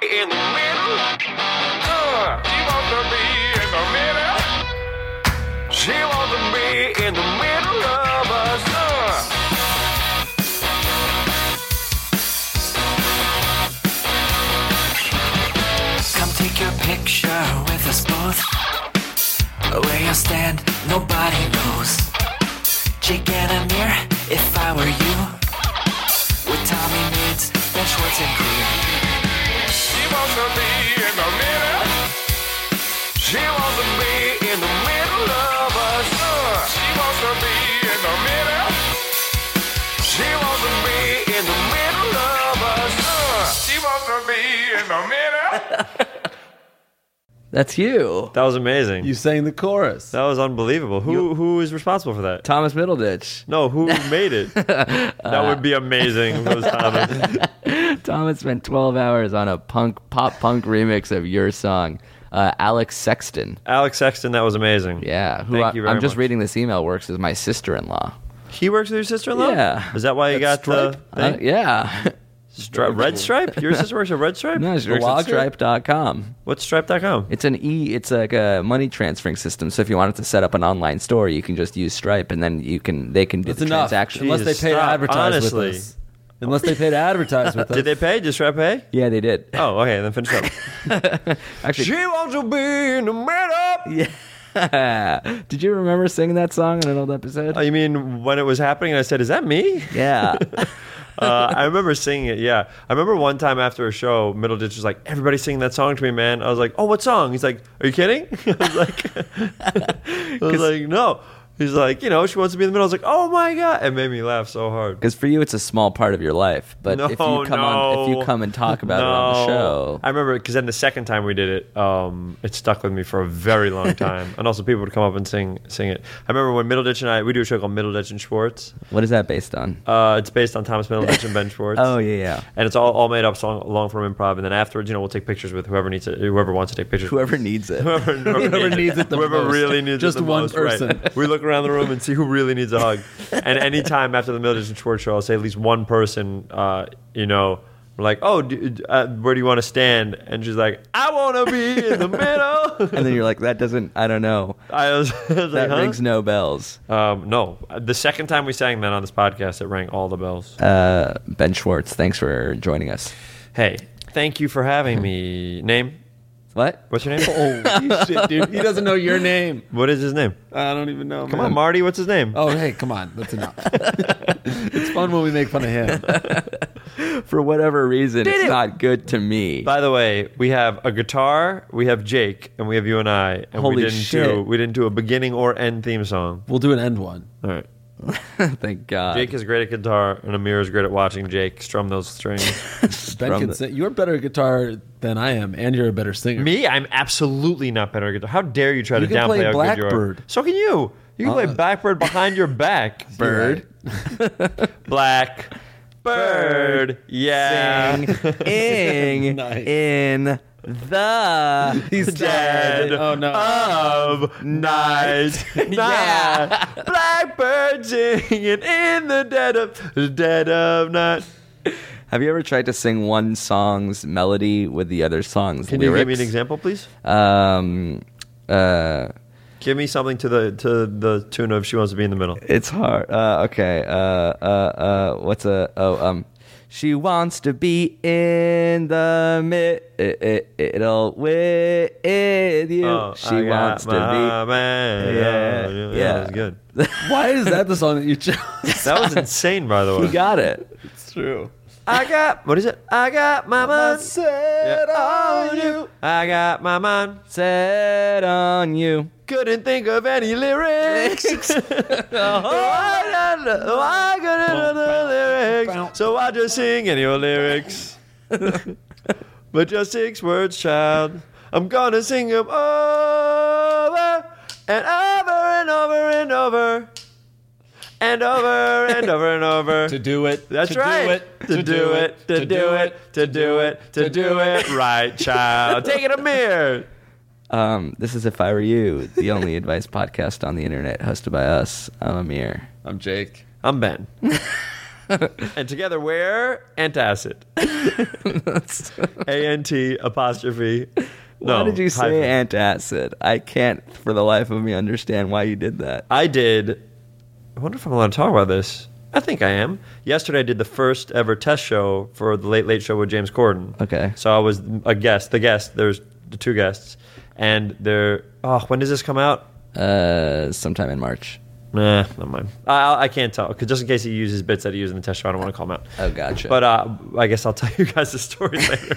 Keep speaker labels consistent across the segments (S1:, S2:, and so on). S1: in the middle. Uh, she wants to be in the middle. She wants to be in the middle of us. Uh.
S2: Come take your picture with us both. Where you stand, nobody knows. Jake and Amir, if I were you, with Tommy Meads, Ben Schwartz and Crew.
S1: She wants to be in the middle. She wants to be in the middle of us. Uh, she wants to be in the middle. She wants to be in the middle of us. Uh, she wants to be in the middle.
S3: That's you,
S4: That was amazing.
S5: You sang the chorus.
S4: that was unbelievable. Who who is responsible for that?
S3: Thomas Middleditch.
S4: No, who made it? that would be amazing. if it was Thomas.
S3: Thomas spent 12 hours on a punk pop punk remix of your song, uh, Alex Sexton.
S4: Alex Sexton, that was amazing.
S3: Yeah, who
S4: Thank
S3: I,
S4: you very
S3: am just
S4: much.
S3: reading this email works as my sister-in-law.
S4: He works with your sister-in-law.
S3: Yeah.
S4: Is that why you
S5: That's
S4: got
S5: Stripe?
S4: the thing?
S3: Uh, yeah,
S4: Stri- red Stripe? Your sister works at Red Stripe?
S3: no, it's logstripe.com.
S4: What's Stripe.com?
S3: It's an e. It's like a money transferring system. So if you wanted to set up an online store, you can just use Stripe, and then you can they can do
S5: It's
S3: the
S5: enough.
S3: transaction.
S5: Unless they
S4: Jesus,
S5: pay to
S4: stop.
S5: advertise
S4: Honestly.
S5: with us. Unless they pay to advertise with us.
S4: Did they pay? Did Stripe pay?
S3: Yeah, they did.
S4: Oh, okay, then finish up.
S3: Actually,
S4: she wants to be in the middle.
S3: did you remember singing that song in an old episode?
S4: Oh, you mean when it was happening? And I said, "Is that me?"
S3: yeah.
S4: uh, I remember singing it. Yeah, I remember one time after a show, Middle Ditch was like, "Everybody sing that song to me, man." I was like, "Oh, what song?" He's like, "Are you kidding?" I was like, "I was like, no." He's like, you know, she wants to be in the middle. I was like, "Oh my god!" It made me laugh so hard.
S3: Because for you, it's a small part of your life. But if you
S4: No,
S3: come on, if
S4: no.
S3: you come and talk about it on the show,
S4: I remember because then the second time we did it, um, it stuck with me for a very long time. and also, people would come up and sing sing it. I remember when Middle Ditch and I we do a show called Middle Ditch and Schwartz.
S3: what is that based on?
S4: Uh, it's based on Thomas Middleditch and Ben Schwartz.
S3: Oh, yeah, yeah.
S4: And it's all, all made up song, long form improv, and then afterwards, you know, we'll take pictures with whoever needs it, whoever wants to take pictures.
S3: Whoever needs it.
S4: Whoever,
S5: Whoever needs it the
S4: whoever
S5: most.
S4: really needs
S5: Just
S4: it the
S5: one
S4: most, right.
S5: person.
S4: We look around the room and see who really needs a hug. And any time after the Middleditch and Schwartz show, I'll say at least one person, uh, you know, we're like, oh, do, uh, where do you want to stand? And she's like, I want to be in the middle.
S3: And then you're like, that doesn't. I don't know.
S4: I was, I
S3: That
S4: was like, huh?
S3: rings no bells.
S4: um, no. The second time we sang that on this podcast, it rang all the bells.
S3: Uh, ben Schwartz, thanks for joining us.
S4: Hey, thank you for having me. Name?
S3: What?
S4: What's your name?
S5: Holy shit, dude. He doesn't know your name.
S4: What is his name?
S5: I don't even know.
S4: Come on, Marty. What's his name?
S5: Oh, hey, come on. That's enough. it's fun when we make fun of him.
S3: For whatever reason, it's not good to me.
S4: By the way, we have a guitar, we have Jake, and we have you and I. And
S3: Holy
S4: we didn't
S3: shit.
S4: do we didn't do a beginning or end theme song.
S5: We'll do an end one.
S4: All right.
S3: Thank
S5: Uh.
S3: God.
S4: Jake is great at guitar, and Amir is great at watching Jake strum those strings.
S5: Ben can
S3: the-
S5: sing. You're a better guitar than I am, and you're a better singer.
S4: Me, I'm absolutely not better at guitar. How dare you try to
S5: You can
S4: downplay
S5: play
S4: how good you are.
S5: Blackbird. Uh.
S4: So can you. You can play Blackbird behind your back.
S5: Bird.
S4: Black. Bird. Yeah.
S3: Ing
S5: Nice.
S3: in the
S5: He's
S4: dead.
S5: Oh no.
S4: Of night, yeah. Blackbird singing in the dead of dead of night.
S3: Have you ever tried to sing one song's melody with the other song's
S4: Can you
S3: lyrics?
S4: give me an example, please?
S3: Um, uh,
S4: Give me something to the to the tune of "She Wants to Be in the Middle."
S3: it's hard. Uh, okay. Uh, uh, uh, what's a oh um. She wants to be in the middle with you.
S4: Oh,
S3: she
S4: I got
S3: wants
S4: my
S3: to
S4: man.
S3: Yeah,
S4: Oh, yeah,
S3: yeah.
S4: that was good.
S3: be.
S5: Why is that the song that you chose?
S4: That was insane, by the way.
S3: he got it.
S5: It's true.
S4: I got what is it? I got my
S5: I
S4: mind
S5: said
S4: on
S5: on
S4: you. I got my mind.
S3: Set on you.
S4: Couldn't think of any lyrics. Uh-huh. Why not- why couldn't I know the lyrics? So I just sing any old lyrics. but just six words, child. I'm gonna sing them over and over and over and over and over and over and over.
S5: To do it.
S4: That's
S5: to
S4: right.
S5: Do it,
S4: to, do it, to do it, to do it, to do it right, child. Take it a mirror.
S3: Um, this is If I Were You, the only advice podcast on the internet hosted by us. I'm Amir.
S5: I'm Jake.
S4: I'm Ben. and together we're antacid. A N T apostrophe. No,
S3: why did you say
S4: hyphen.
S3: antacid? I can't for the life of me understand why you did that.
S4: I did. I wonder if I'm allowed to talk about this. I think I am. Yesterday, I did the first ever test show for the Late Late Show with James Corden.
S3: Okay.
S4: So I was a guest. The guest. There's the two guests, and they're. Oh, when does this come out?
S3: Uh, sometime in March.
S4: Nah, never mind. I, I can't tell because just in case he uses bits that he used in the test show, I don't want to call him out.
S3: Oh, gotcha.
S4: But uh, I guess I'll tell you guys the story later.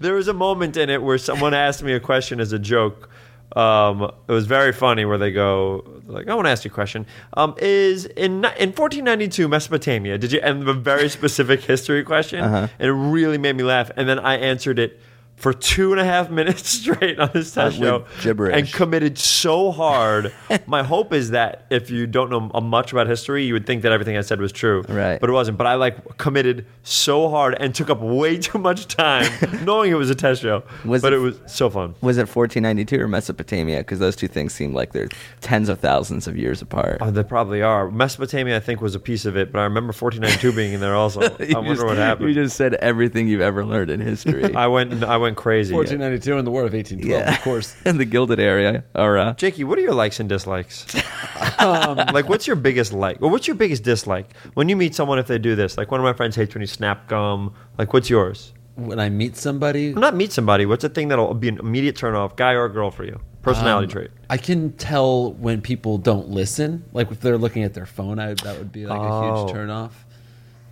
S4: there was a moment in it where someone asked me a question as a joke. Um, it was very funny where they go like, "I want to ask you a question. Um, is in ni- in 1492 Mesopotamia? Did you?" And a very specific history question,
S3: Uh-huh.
S4: and it really made me laugh. And then I answered it. For two and a half minutes straight on this test
S3: Uh, with
S4: show,
S3: gibberish.
S4: and committed so hard. My hope is that if you don't know m- much about history, you would think that everything I said was true.
S3: Right.
S4: But it wasn't. But I like committed so hard and took up way too much time knowing it was a test show.
S3: Was
S4: but
S3: it-
S4: it, was so fun.
S3: Was it 1492 or Mesopotamia? Because those two things seem like they're tens of thousands of years apart.
S4: Oh, they probably are. Mesopotamia, I think, was a piece of it, but I remember 1492 being in there also. I
S3: You
S4: wonder
S3: just-
S4: what happened.
S3: You just said everything you've ever learned in history.
S4: I went. I went crazy.
S5: 1492 and the War of 1812,
S3: Yeah.
S5: of course.
S3: in the Gilded Area. Or, uh,
S4: Jakey, what are your likes and dislikes?
S5: Um,
S4: like, what's your biggest like, or what's your biggest dislike when you meet someone if they do this? Like, one of my friends hates when you snap gum. Like, what's yours?
S5: When I meet somebody,
S4: Not meet somebody. What's a thing that'll be an immediate turnoff, guy or girl for you? Personality trait.
S5: I can tell when people don't listen. Like if they're looking at their phone, I, that would be like a
S4: Oh.
S5: huge turnoff.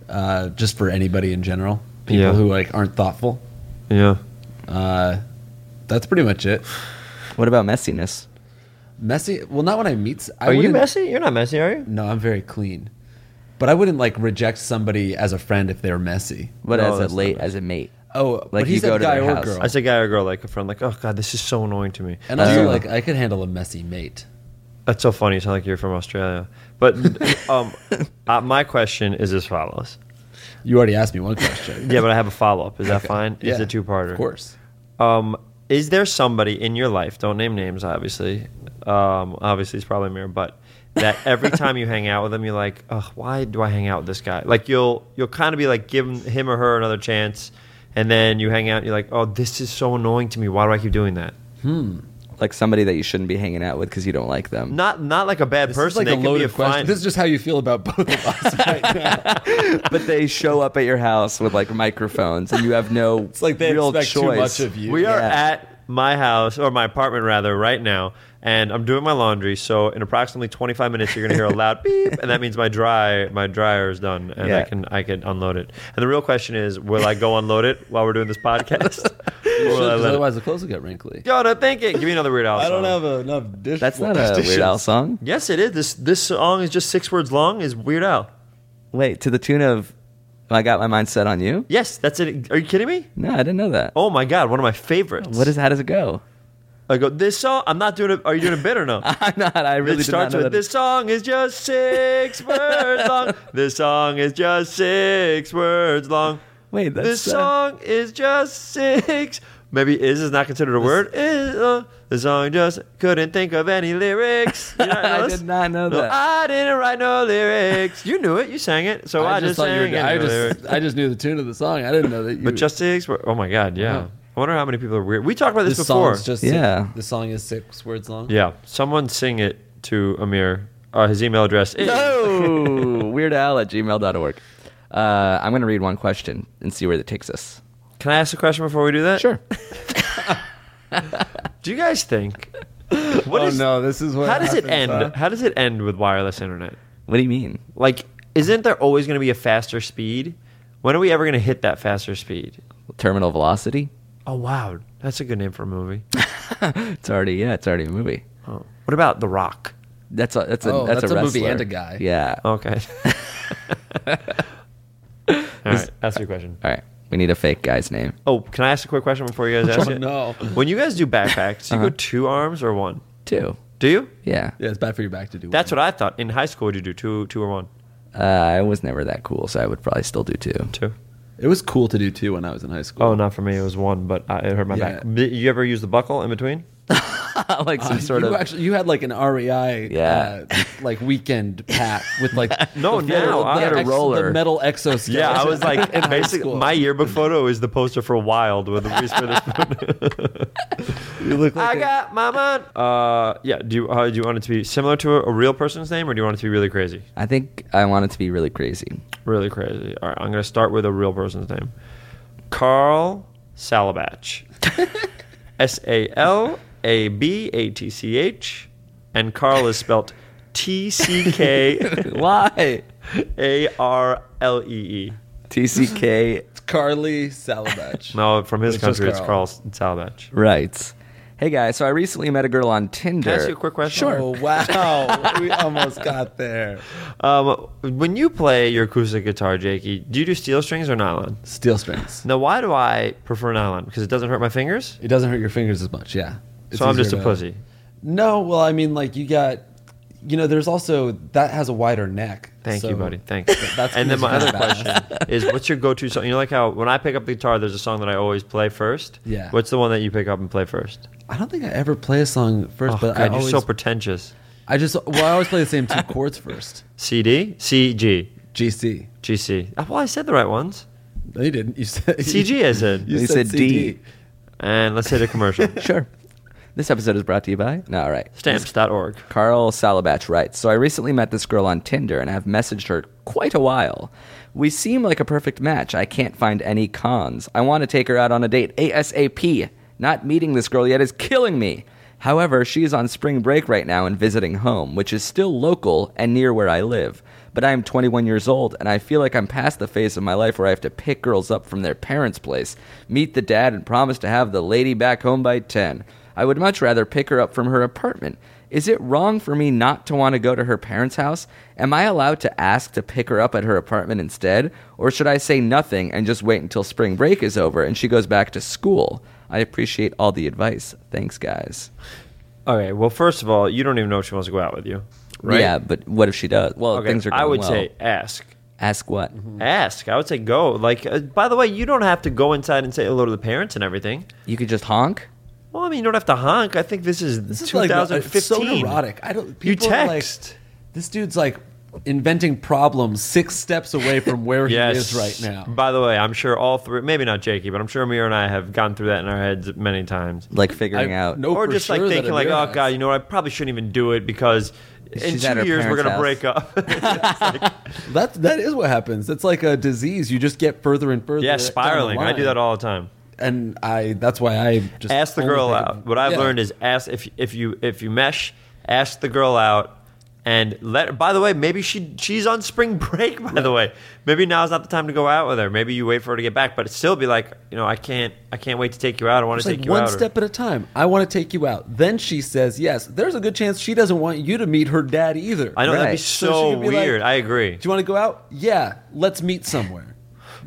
S5: Uh, just for anybody in general, people
S4: Yeah.
S5: who like aren't thoughtful.
S4: Yeah.
S5: Uh, that's pretty much it.
S3: what about messiness?
S5: Messy. Well, not when I meet. s- I
S4: Are you
S5: wouldn't-
S4: messy? You're not messy, are you?
S5: No, I'm very clean. But I wouldn't like reject somebody as a friend if they're messy.
S3: What
S4: No,
S3: as
S4: that's
S3: a
S4: not
S3: late,
S4: it.
S3: as a mate?
S5: Oh,
S3: Like
S5: but
S3: you
S5: he's
S3: go
S5: a
S3: to
S5: guy
S3: their
S5: or
S3: house.
S5: girl.
S4: I say guy or girl, like a friend. Like, oh god, this is so annoying to me.
S5: and also,
S3: Oh.
S5: like I could handle a messy mate.
S4: That's so funny. You sound like you're from Australia. But um, uh, my question is as follows.
S5: You already asked me one question.
S4: Yeah, but I have a follow up. Is that fine? It's
S5: Yeah,
S4: a two parter.
S5: Of course.
S4: Um, is there somebody in your life? Don't name names, obviously. Um, obviously, it's probably Mir, but that every time you hang out with them, you're like, Ugh, why do I hang out with this guy? Like you'll you'll kind of be like, give him- him or her another chance, and then you hang out, and you're like, oh, this is so annoying to me. Why do I keep doing that?
S3: Like somebody that you shouldn't be hanging out with because you don't like them.
S4: Not not like a bad
S5: This is
S4: person.
S5: like
S4: they
S5: a
S4: could be
S5: loaded
S4: fine-
S5: question. This is just how you feel about both of us right now.
S3: but they show up at your house with like microphones and you have no
S5: It's like they
S3: real
S5: expect too
S3: choice.
S5: much of you.
S4: We are
S3: Yeah.
S4: at my house or my apartment rather right now, and I'm doing my laundry. So in approximately 25 minutes, you're gonna hear a loud beep, and that means my dry my dryer is done, and
S3: Yeah.
S4: I can I can unload it. And the real question is, will I go unload it while we're doing this podcast? or
S5: Should,
S4: will I
S5: 'cause
S4: let it?
S5: otherwise, the clothes will get wrinkly.
S4: Yo, no, thank it. Give me another Weird Al. song.
S5: enough dish.
S3: That's not a Weird Al song.
S4: Yes, it is. This this song is just six words long. Is Weird Al?
S3: Wait, to the tune of I Got My Mind Set on You?
S4: Yes, that's it. Are you kidding me?
S3: No, I didn't know that.
S4: Oh my god, one of my favorites.
S3: What is how does it go?
S4: I go this song. I'm not doing it. Are you doing a bit or no?
S3: I'm not I really
S4: it
S3: did not
S4: starts
S3: know
S4: with
S3: that.
S4: this song is just six words long. This song is just six words long.
S3: Wait, that's
S4: this
S3: uh,
S4: song is just six. Maybe is is not considered a word. Is uh, the song just couldn't think of any lyrics? You not know
S3: I
S4: this?
S3: did not know
S4: No,
S3: that.
S4: I didn't write no lyrics. You knew it. You sang it. So I,
S5: I, just thought
S4: sang
S5: you were.
S4: it.
S5: I
S4: no lyrics.
S5: just, I just knew the tune of the song. I didn't know that you.
S4: But just six. wor- Oh my god. Yeah.
S5: Wow.
S4: I wonder how many people are weird. We talked about
S5: the
S4: this before.
S5: song's just
S3: Yeah.
S5: The song is six words long.
S4: yeah. Someone sing it to Amir. Uh, his email address is
S3: No Oh, Weird Al at gmail.org. Uh, I'm gonna read one question and see where that takes us.
S4: Can I ask a question before we do that?
S3: Sure.
S4: Do you guys think? What
S5: Oh
S4: is-
S5: no, this is what.
S4: How does it end?
S5: happens, huh?
S4: How does it end with wireless internet?
S3: What do you mean?
S4: Like, isn't there always going to be a faster speed? When are we ever going to hit that faster speed?
S3: Terminal velocity?
S4: Oh wow, that's a good name for a movie.
S3: It's already yeah, it's already a movie.
S4: Oh. What about The Rock?
S3: That's a that's a
S5: Oh,
S3: that's,
S5: that's a movie
S3: wrestler.
S5: and a guy.
S3: Yeah.
S4: Okay. All right, ask your question.
S3: All right. We need a fake guy's name.
S4: Oh, can I ask a quick question before you guys ask
S5: Oh,
S4: it?
S5: no. Uh-huh.
S4: When you guys do backpacks, you go two arms or one?
S3: Two.
S4: Do you?
S3: Yeah.
S5: Yeah, it's bad for your back to do.
S4: That's what I thought. In high school, would you do two, two or one?
S3: Uh, I was never that cool, so I would probably still do two.
S4: Two.
S5: it was cool to do too when I was in high school.
S4: Oh, not for me. It was one, but I, it hurt my
S5: Yeah.
S4: back. B- You ever use the buckle in between?
S3: like some sort
S5: you
S3: of
S5: actually you had like an REI
S3: Yeah.
S5: uh, like weekend pack with like
S4: No,
S5: the
S4: now I had
S3: a
S5: ex-
S3: roller.
S5: the metal exoskeleton.
S4: Yeah, I was like,
S5: in high
S4: basically,
S5: school.
S4: my yearbook photo is the poster for Wild with Reese Witherspoon. you look like I got my mind. Uh, yeah. Do you uh, do you want it to be similar to a, a real person's name, or do you want it to be really crazy?
S3: I think I want it to be really crazy.
S4: Really crazy. All right, I'm gonna start with a real person's name, Carl Salabatch. S A L A B A T C H, and Carl is spelt T C K
S3: Why?
S4: A R L E E.
S3: TCK
S5: Carly Salabach.
S4: No, from his
S5: It's just
S4: country,
S5: Carl.
S4: it's Carl Salabatch.
S3: writes, "Hey guys, so I recently met a girl on Tinder.
S4: Can I ask you a quick question?
S5: Oh wow, we almost got there.
S4: Um, when you play your acoustic guitar, Jakey, do you do steel strings or nylon?
S5: Steel strings.
S4: Now, why do I prefer nylon? Because it doesn't hurt my fingers.
S5: It doesn't hurt your fingers as much. Yeah. It's
S4: so I'm
S5: easier
S4: just a
S5: to-
S4: pussy.
S5: No, well, I mean, like you got, you know, there's also that has a wider neck.
S4: Thank
S5: so-
S4: you, buddy. Thanks.
S5: that's
S4: and then my
S5: easy
S4: other
S5: to balance.
S4: question is, what's your go-to song? You know, like how when I pick up the guitar, there's a song that I always play first.
S5: Yeah.
S4: What's the one that you pick up and play first?
S5: I don't think I ever play a song first,
S4: Oh,
S5: but
S4: God,
S5: I
S4: you're
S5: always,
S4: so pretentious.
S5: I just, well, I always play the same two chords first.
S4: C D C G
S5: G C.
S4: G C. Oh, Well, I said the right ones.
S5: No, you didn't. You said
S4: CG I said.
S5: You
S3: They
S5: said,
S3: said
S5: CD.
S3: D.
S4: And let's hit a commercial.
S3: sure. This episode is brought to you by. No, all right.
S4: Stamps.org.
S3: Carl Salabach writes, So I recently met this girl on Tinder and have messaged her quite a while. We seem like a perfect match. I can't find any cons. I want to take her out on a date ASAP. Not meeting this girl yet is killing me. However, she is on spring break right now and visiting home, which is still local and near where I live. But I am 21 years old and I feel like I'm past the phase of my life where I have to pick girls up from their parents' place, meet the dad, and promise to have the lady back home by 10. I would much rather pick her up from her apartment. Is it wrong for me not to want to go to her parents' house? Am I allowed to ask to pick her up at her apartment instead? Or should I say nothing and just wait until spring break is over and she goes back to school? I appreciate all the advice. Thanks, guys.
S4: Okay. Well, first of all, you don't even know if she wants to go out with you, right?
S3: Yeah, but what if she does? Well,
S4: Okay,
S3: things are going
S4: I would
S3: well.
S4: say Mm-hmm. ask.
S3: Ask what?
S4: Ask. I would say go. Like, uh, by the way, you don't have to go inside and say hello to the parents and everything.
S3: You could just honk?
S4: Well, I mean, you don't have to honk. I think this is,
S5: This is like uh,
S4: 2015.
S5: it's so neurotic. I don't.
S4: You
S5: People are
S4: text.
S5: Like, this dude's like inventing problems six steps away from where he
S4: Yes.
S5: is right now.
S4: By the way, I'm sure all three, maybe not Jakey, but I'm sure Amir and I have gone through that in our heads many times.
S3: Like figuring
S5: I-
S3: out.
S5: no- Oh,
S4: or
S5: for
S4: just
S5: sure
S4: like
S5: that
S4: thinking, like,
S5: Amir
S4: oh
S5: has.
S4: god, you know what? I probably shouldn't even do it because in
S3: She's at her
S4: two years we're
S3: parents'
S4: gonna
S3: house.
S4: break up.
S5: That that is what happens. It's like a disease. You just get further and further.
S4: yeah,
S5: down the
S4: spiraling. I do
S5: line.
S4: that all the time.
S5: and I. That's why I just
S4: ask the
S5: only
S4: girl
S5: think
S4: out.
S5: of-
S4: What I've
S5: Yeah.
S4: learned is ask if if you if you mesh, ask the girl out and let her, by the way, maybe she she's on spring break by the way. Maybe now's not the time to go out with her. Maybe you wait for her to get back, but still be like, you know, I can't I can't wait to take you out. I want
S5: It's
S4: to take
S5: like
S4: you
S5: one
S4: out. or-
S5: step at a time. I want to take you out. Then she says yes. There's a good chance she doesn't want you to meet her dad either.
S4: I know that'd be
S3: Right.
S4: so,
S5: So she could be like-
S4: weird. I agree.
S5: Do you want to go out? Yeah. Let's meet somewhere.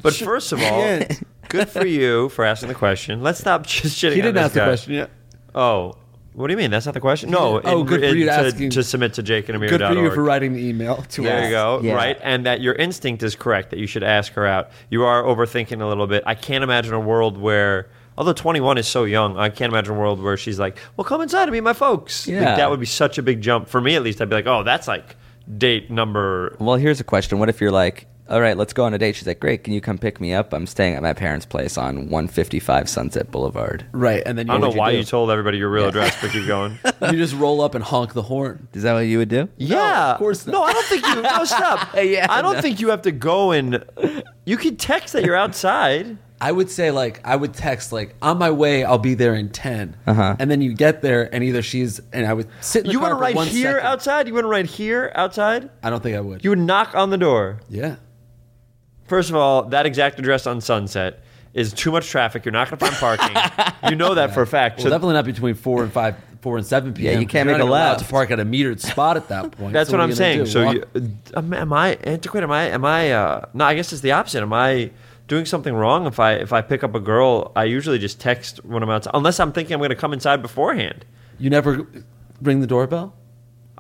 S4: But first of all,
S5: Yeah.
S4: good for you for asking the question. Let's stop just shitting.
S5: He
S4: on
S5: didn't
S4: this
S5: ask the
S4: guy.
S5: question yet.
S4: Oh, what do you mean? That's not the question. No.
S5: Oh, good for you to asking-
S4: to submit to Jake and Amir.
S5: Good for you for writing the email to
S4: There
S5: us.
S4: you go.
S3: Yeah.
S4: Right, and that your instinct is correct that you should ask her out. You are overthinking a little bit. I can't imagine a world where, although 21 is so young, I can't imagine a world where she's like, "Well, come inside and meet my folks." Like,
S3: Yeah.
S4: that would be such a big jump for me. At least I'd be like, "Oh, that's like date number."
S3: Well, here's a question. What if you're like, all right, let's go on a date? She's like, great, can you come pick me up? I'm staying at my parents' place on 155 Sunset Boulevard.
S5: Right, and then you
S4: I don't know
S5: what
S4: why
S5: do?
S4: you told everybody your real address, but keep going.
S5: you just roll up and honk the horn.
S3: Is that what you would do?
S4: Yeah,
S5: of course not.
S4: No, I don't think you. No, stop.
S3: Yeah,
S4: I don't
S3: no.
S4: think you have to go and. You can text that you're outside.
S5: I would say like I would text like on my way I'll be there in 10
S3: Uh-huh.
S5: and then you get there and either she's and I would sit in the
S4: You
S5: car
S4: wouldn't
S5: for
S4: write
S5: one
S4: here
S5: second.
S4: outside. You wouldn't write here outside.
S5: I don't think I would
S4: You would knock on the door.
S5: yeah
S4: First of all, that exact address on Sunset is too much traffic. You're not going to find parking. you know that for a fact.
S5: well, definitely not between four and five four and seven p.m.
S3: you can't
S5: You're
S3: make a
S5: not even allowed
S3: left.
S5: to park at a metered spot at that point
S4: That's
S5: So
S4: what
S5: are
S4: I'm
S5: you gonna
S4: saying.
S5: do?
S4: So,
S5: Walk-
S4: you, am, am I antiquated? Am I? Am I? Uh, no, I guess it's the opposite. Am I doing something wrong if I if I pick up a girl? I usually just text when I'm outside, unless I'm thinking I'm going to come inside beforehand.
S5: you never ring the doorbell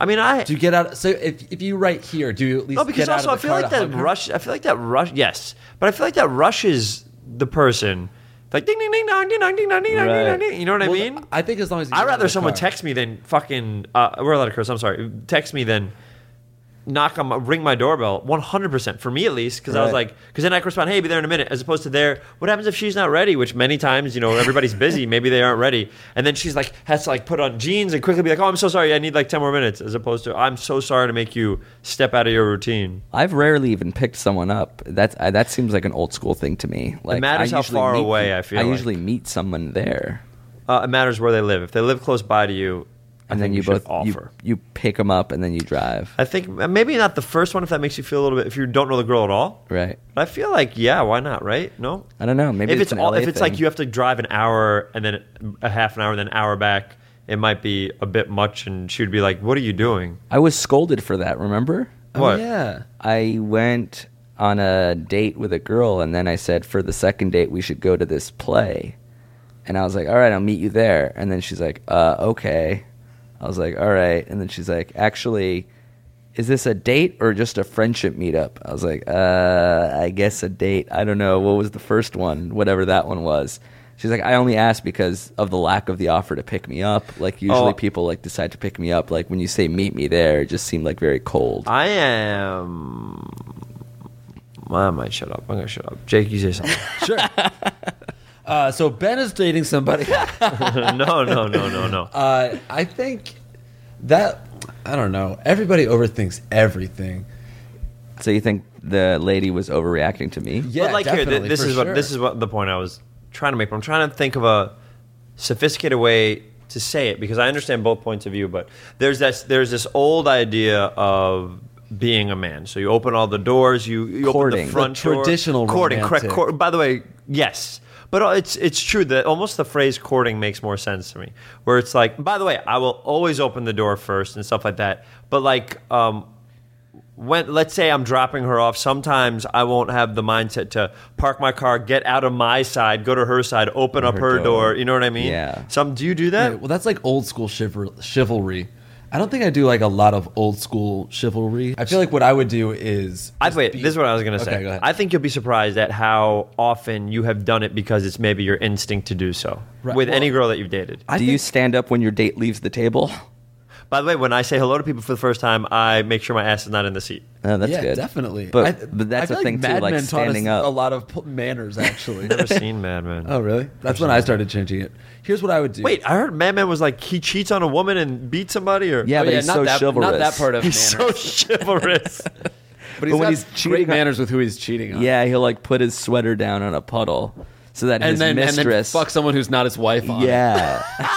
S4: I mean, I
S5: do you get out so if, if you write here do you at least
S4: no, because
S5: get out
S4: also I
S5: of the
S4: feel
S5: car
S4: like
S5: to
S4: that
S5: honk her?
S4: rush. I feel like that rush. Yes, but I feel like that rushes the person Like ding ding ding dong ding dong ding dong ding dong ding dong
S5: Right.
S4: ding. You know what
S5: Well,
S4: I mean?
S5: I think as long as you
S4: I'd
S5: get out of
S4: rather
S5: the
S4: someone
S5: car.
S4: text me than fucking. Uh, we're allowed to curse. I'm sorry. Text me than knock on my, ring my doorbell. 100 percent for me at least, because I was
S3: Right.
S4: like, because then I correspond, hey, be there in a minute, as opposed to there. What happens if she's not ready? Which many times, you know, everybody's busy. Maybe they aren't ready, and then she's like has to like put on jeans and quickly be like, oh, I'm so sorry. I need like 10 more minutes, as opposed to I'm so sorry to make you step out of your routine.
S3: I've rarely even picked someone up. That's I, that seems like an old school thing to me. Like
S4: matters
S3: I
S4: how
S3: usually
S4: far
S3: meet
S4: away
S3: peop-
S4: I feel
S3: I
S4: like.
S3: usually meet someone there,
S4: Uh, it matters where they live. If they live close by to you, I
S3: and
S4: think
S3: then you,
S4: should
S3: both
S4: offer.
S3: you you pick them up and then you drive.
S4: I think uh, maybe not the first one if that makes you feel a little bit if you don't know the girl at all.
S3: Right.
S4: But I feel like yeah, why not? Right? No.
S3: I don't know. Maybe
S4: if
S3: it's
S4: it's
S3: an
S4: all,
S3: LA
S4: if it's
S3: thing.
S4: like you have to drive an hour and then a half an hour, then an hour back, it might be a bit much, and she would be like, "What are you doing?"
S3: I was scolded for that. Remember?
S5: Oh,
S4: What?
S5: yeah.
S3: I went on a date with a girl, and then I said, for the second date, we should go to this play. And I was like, all right, I'll meet you there. And then she's like, uh, okay. I was like, all right. And then she's like, actually, is this a date or just a friendship meetup? I was like, uh, I guess a date. I don't know. What was the first one? Whatever that one was. She's like, I only asked because of the lack of the offer to pick me up. Like usually
S4: Oh.
S3: people like decide to pick me up. Like when you say meet me there, it just seemed like very cold.
S4: I am. I might shut up. I'm gonna shut up. Jake, you say something.
S5: Sure. uh, so Ben is dating somebody.
S4: no, no, no, no, no.
S5: Uh, I think that I don't know. Everybody overthinks everything.
S3: So you think the lady was overreacting to me?
S5: Yeah,
S4: but like here, th-
S5: definitely,
S4: this
S5: for
S4: is what
S5: sure.
S4: this is what the point I was trying to make. But I'm trying to think of a sophisticated way to say it because I understand both points of view. But there's that there's this old idea of being a man. So you open all the doors, you, you open
S3: Courting.
S4: the
S3: The
S4: front door.
S5: traditional
S4: courting. Correct.
S5: romantic.
S4: Court, by the way, yes. But uh, it's it's true that almost the phrase courting makes more sense to me. Where it's like, by the way, I will always open the door first and stuff like that. But like, um, when let's say I'm dropping her off, sometimes I won't have the mindset to park my car, get out of my side, go to her side, open up her door. You know what I mean?
S3: Yeah.
S4: Some do you do that?
S5: Yeah, well, that's like old school chival- chivalry. I don't think I do like a lot of old school chivalry. I feel like what I would do is
S4: I wait. This is what I was gonna say.
S5: Okay, go ahead.
S4: I think you'll be surprised at how often you have done it because it's maybe your instinct to do so
S5: Right,
S4: with
S5: well-
S4: any girl that you've dated.
S5: I
S3: Do you stand up when your date leaves the table?
S4: By the way, when I say hello to people for the first time, I make sure my ass is not in the seat.
S3: Oh, that's
S5: yeah,
S3: good.
S5: definitely.
S3: But,
S5: I-
S3: but
S5: I
S3: that's
S5: feel
S3: a thing
S5: Mad
S3: too, like
S5: Men taught us
S3: standing
S5: A
S3: up.
S5: lot of pl- manners, actually.
S4: Never seen Mad Men.
S5: oh, really? That's when I started changing it. Here's what I would do.
S4: Wait, I heard Mad Men was like he cheats on a woman and beats somebody, or
S3: Yeah,
S6: Oh,
S3: but
S6: yeah,
S3: he's
S6: not
S3: so
S6: that,
S3: chivalrous.
S6: Not that part of
S4: he's so
S6: manners.
S4: chivalrous.
S6: but he's
S3: when
S6: got
S3: he's
S6: great
S3: cheating on-
S6: manners with who he's cheating on.
S3: Yeah, he'll like put his sweater down on a puddle so that
S6: and
S3: his
S6: then and then
S3: mistress.
S6: fuck someone who's not his wife on. it.
S3: yeah,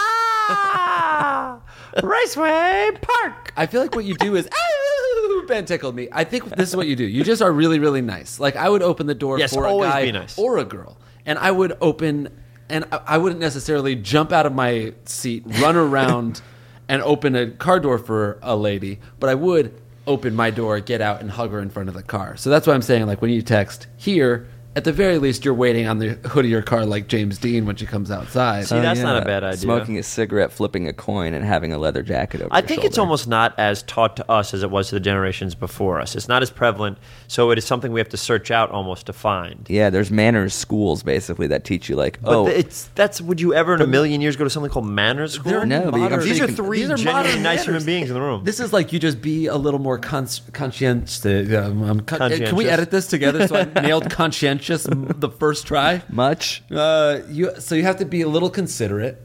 S4: Ah, Raceway Park.
S5: I feel like what you do is, oh, Ben tickled me. I think this is what you do. You just are really, really nice. Like I would open the door
S4: Yes,
S5: for a
S4: always
S5: guy
S4: be nice.
S5: or a girl, and I would open, and I, I wouldn't necessarily jump out of my seat, run around, and open a car door for a lady, but I would open my door, get out, and hug her in front of the car. So that's why I'm saying, like when you text here. At the very least, you're waiting on the hood of your car like James Dean when she comes outside.
S4: See, that's
S3: Oh, Yeah.
S4: not a bad idea.
S3: Smoking a cigarette, flipping a coin, and having a leather jacket over.
S4: I
S3: your
S4: think it's
S3: shoulder.
S4: almost not as taught to us as it was to the generations before us. It's not as prevalent, so it is something we have to search out almost to find.
S3: Yeah, there's manners schools basically that teach you like,
S4: But
S3: oh,
S4: th- it's that's would you ever in a million years go to something called manners
S5: There
S4: school?
S5: are
S3: No, but you- I'm
S5: modern-
S4: These are
S3: thinking-
S4: three
S5: these are
S4: genuinely
S5: modern
S4: nice
S5: manners.
S4: human beings in the room.
S5: This is like you just be a little more cons- conscientious. yeah, um, um, con-
S4: Conscientious.
S5: Can we edit this together so I nailed conscientious m- the first try?
S3: much.
S5: Uh, you so you have to be a little considerate,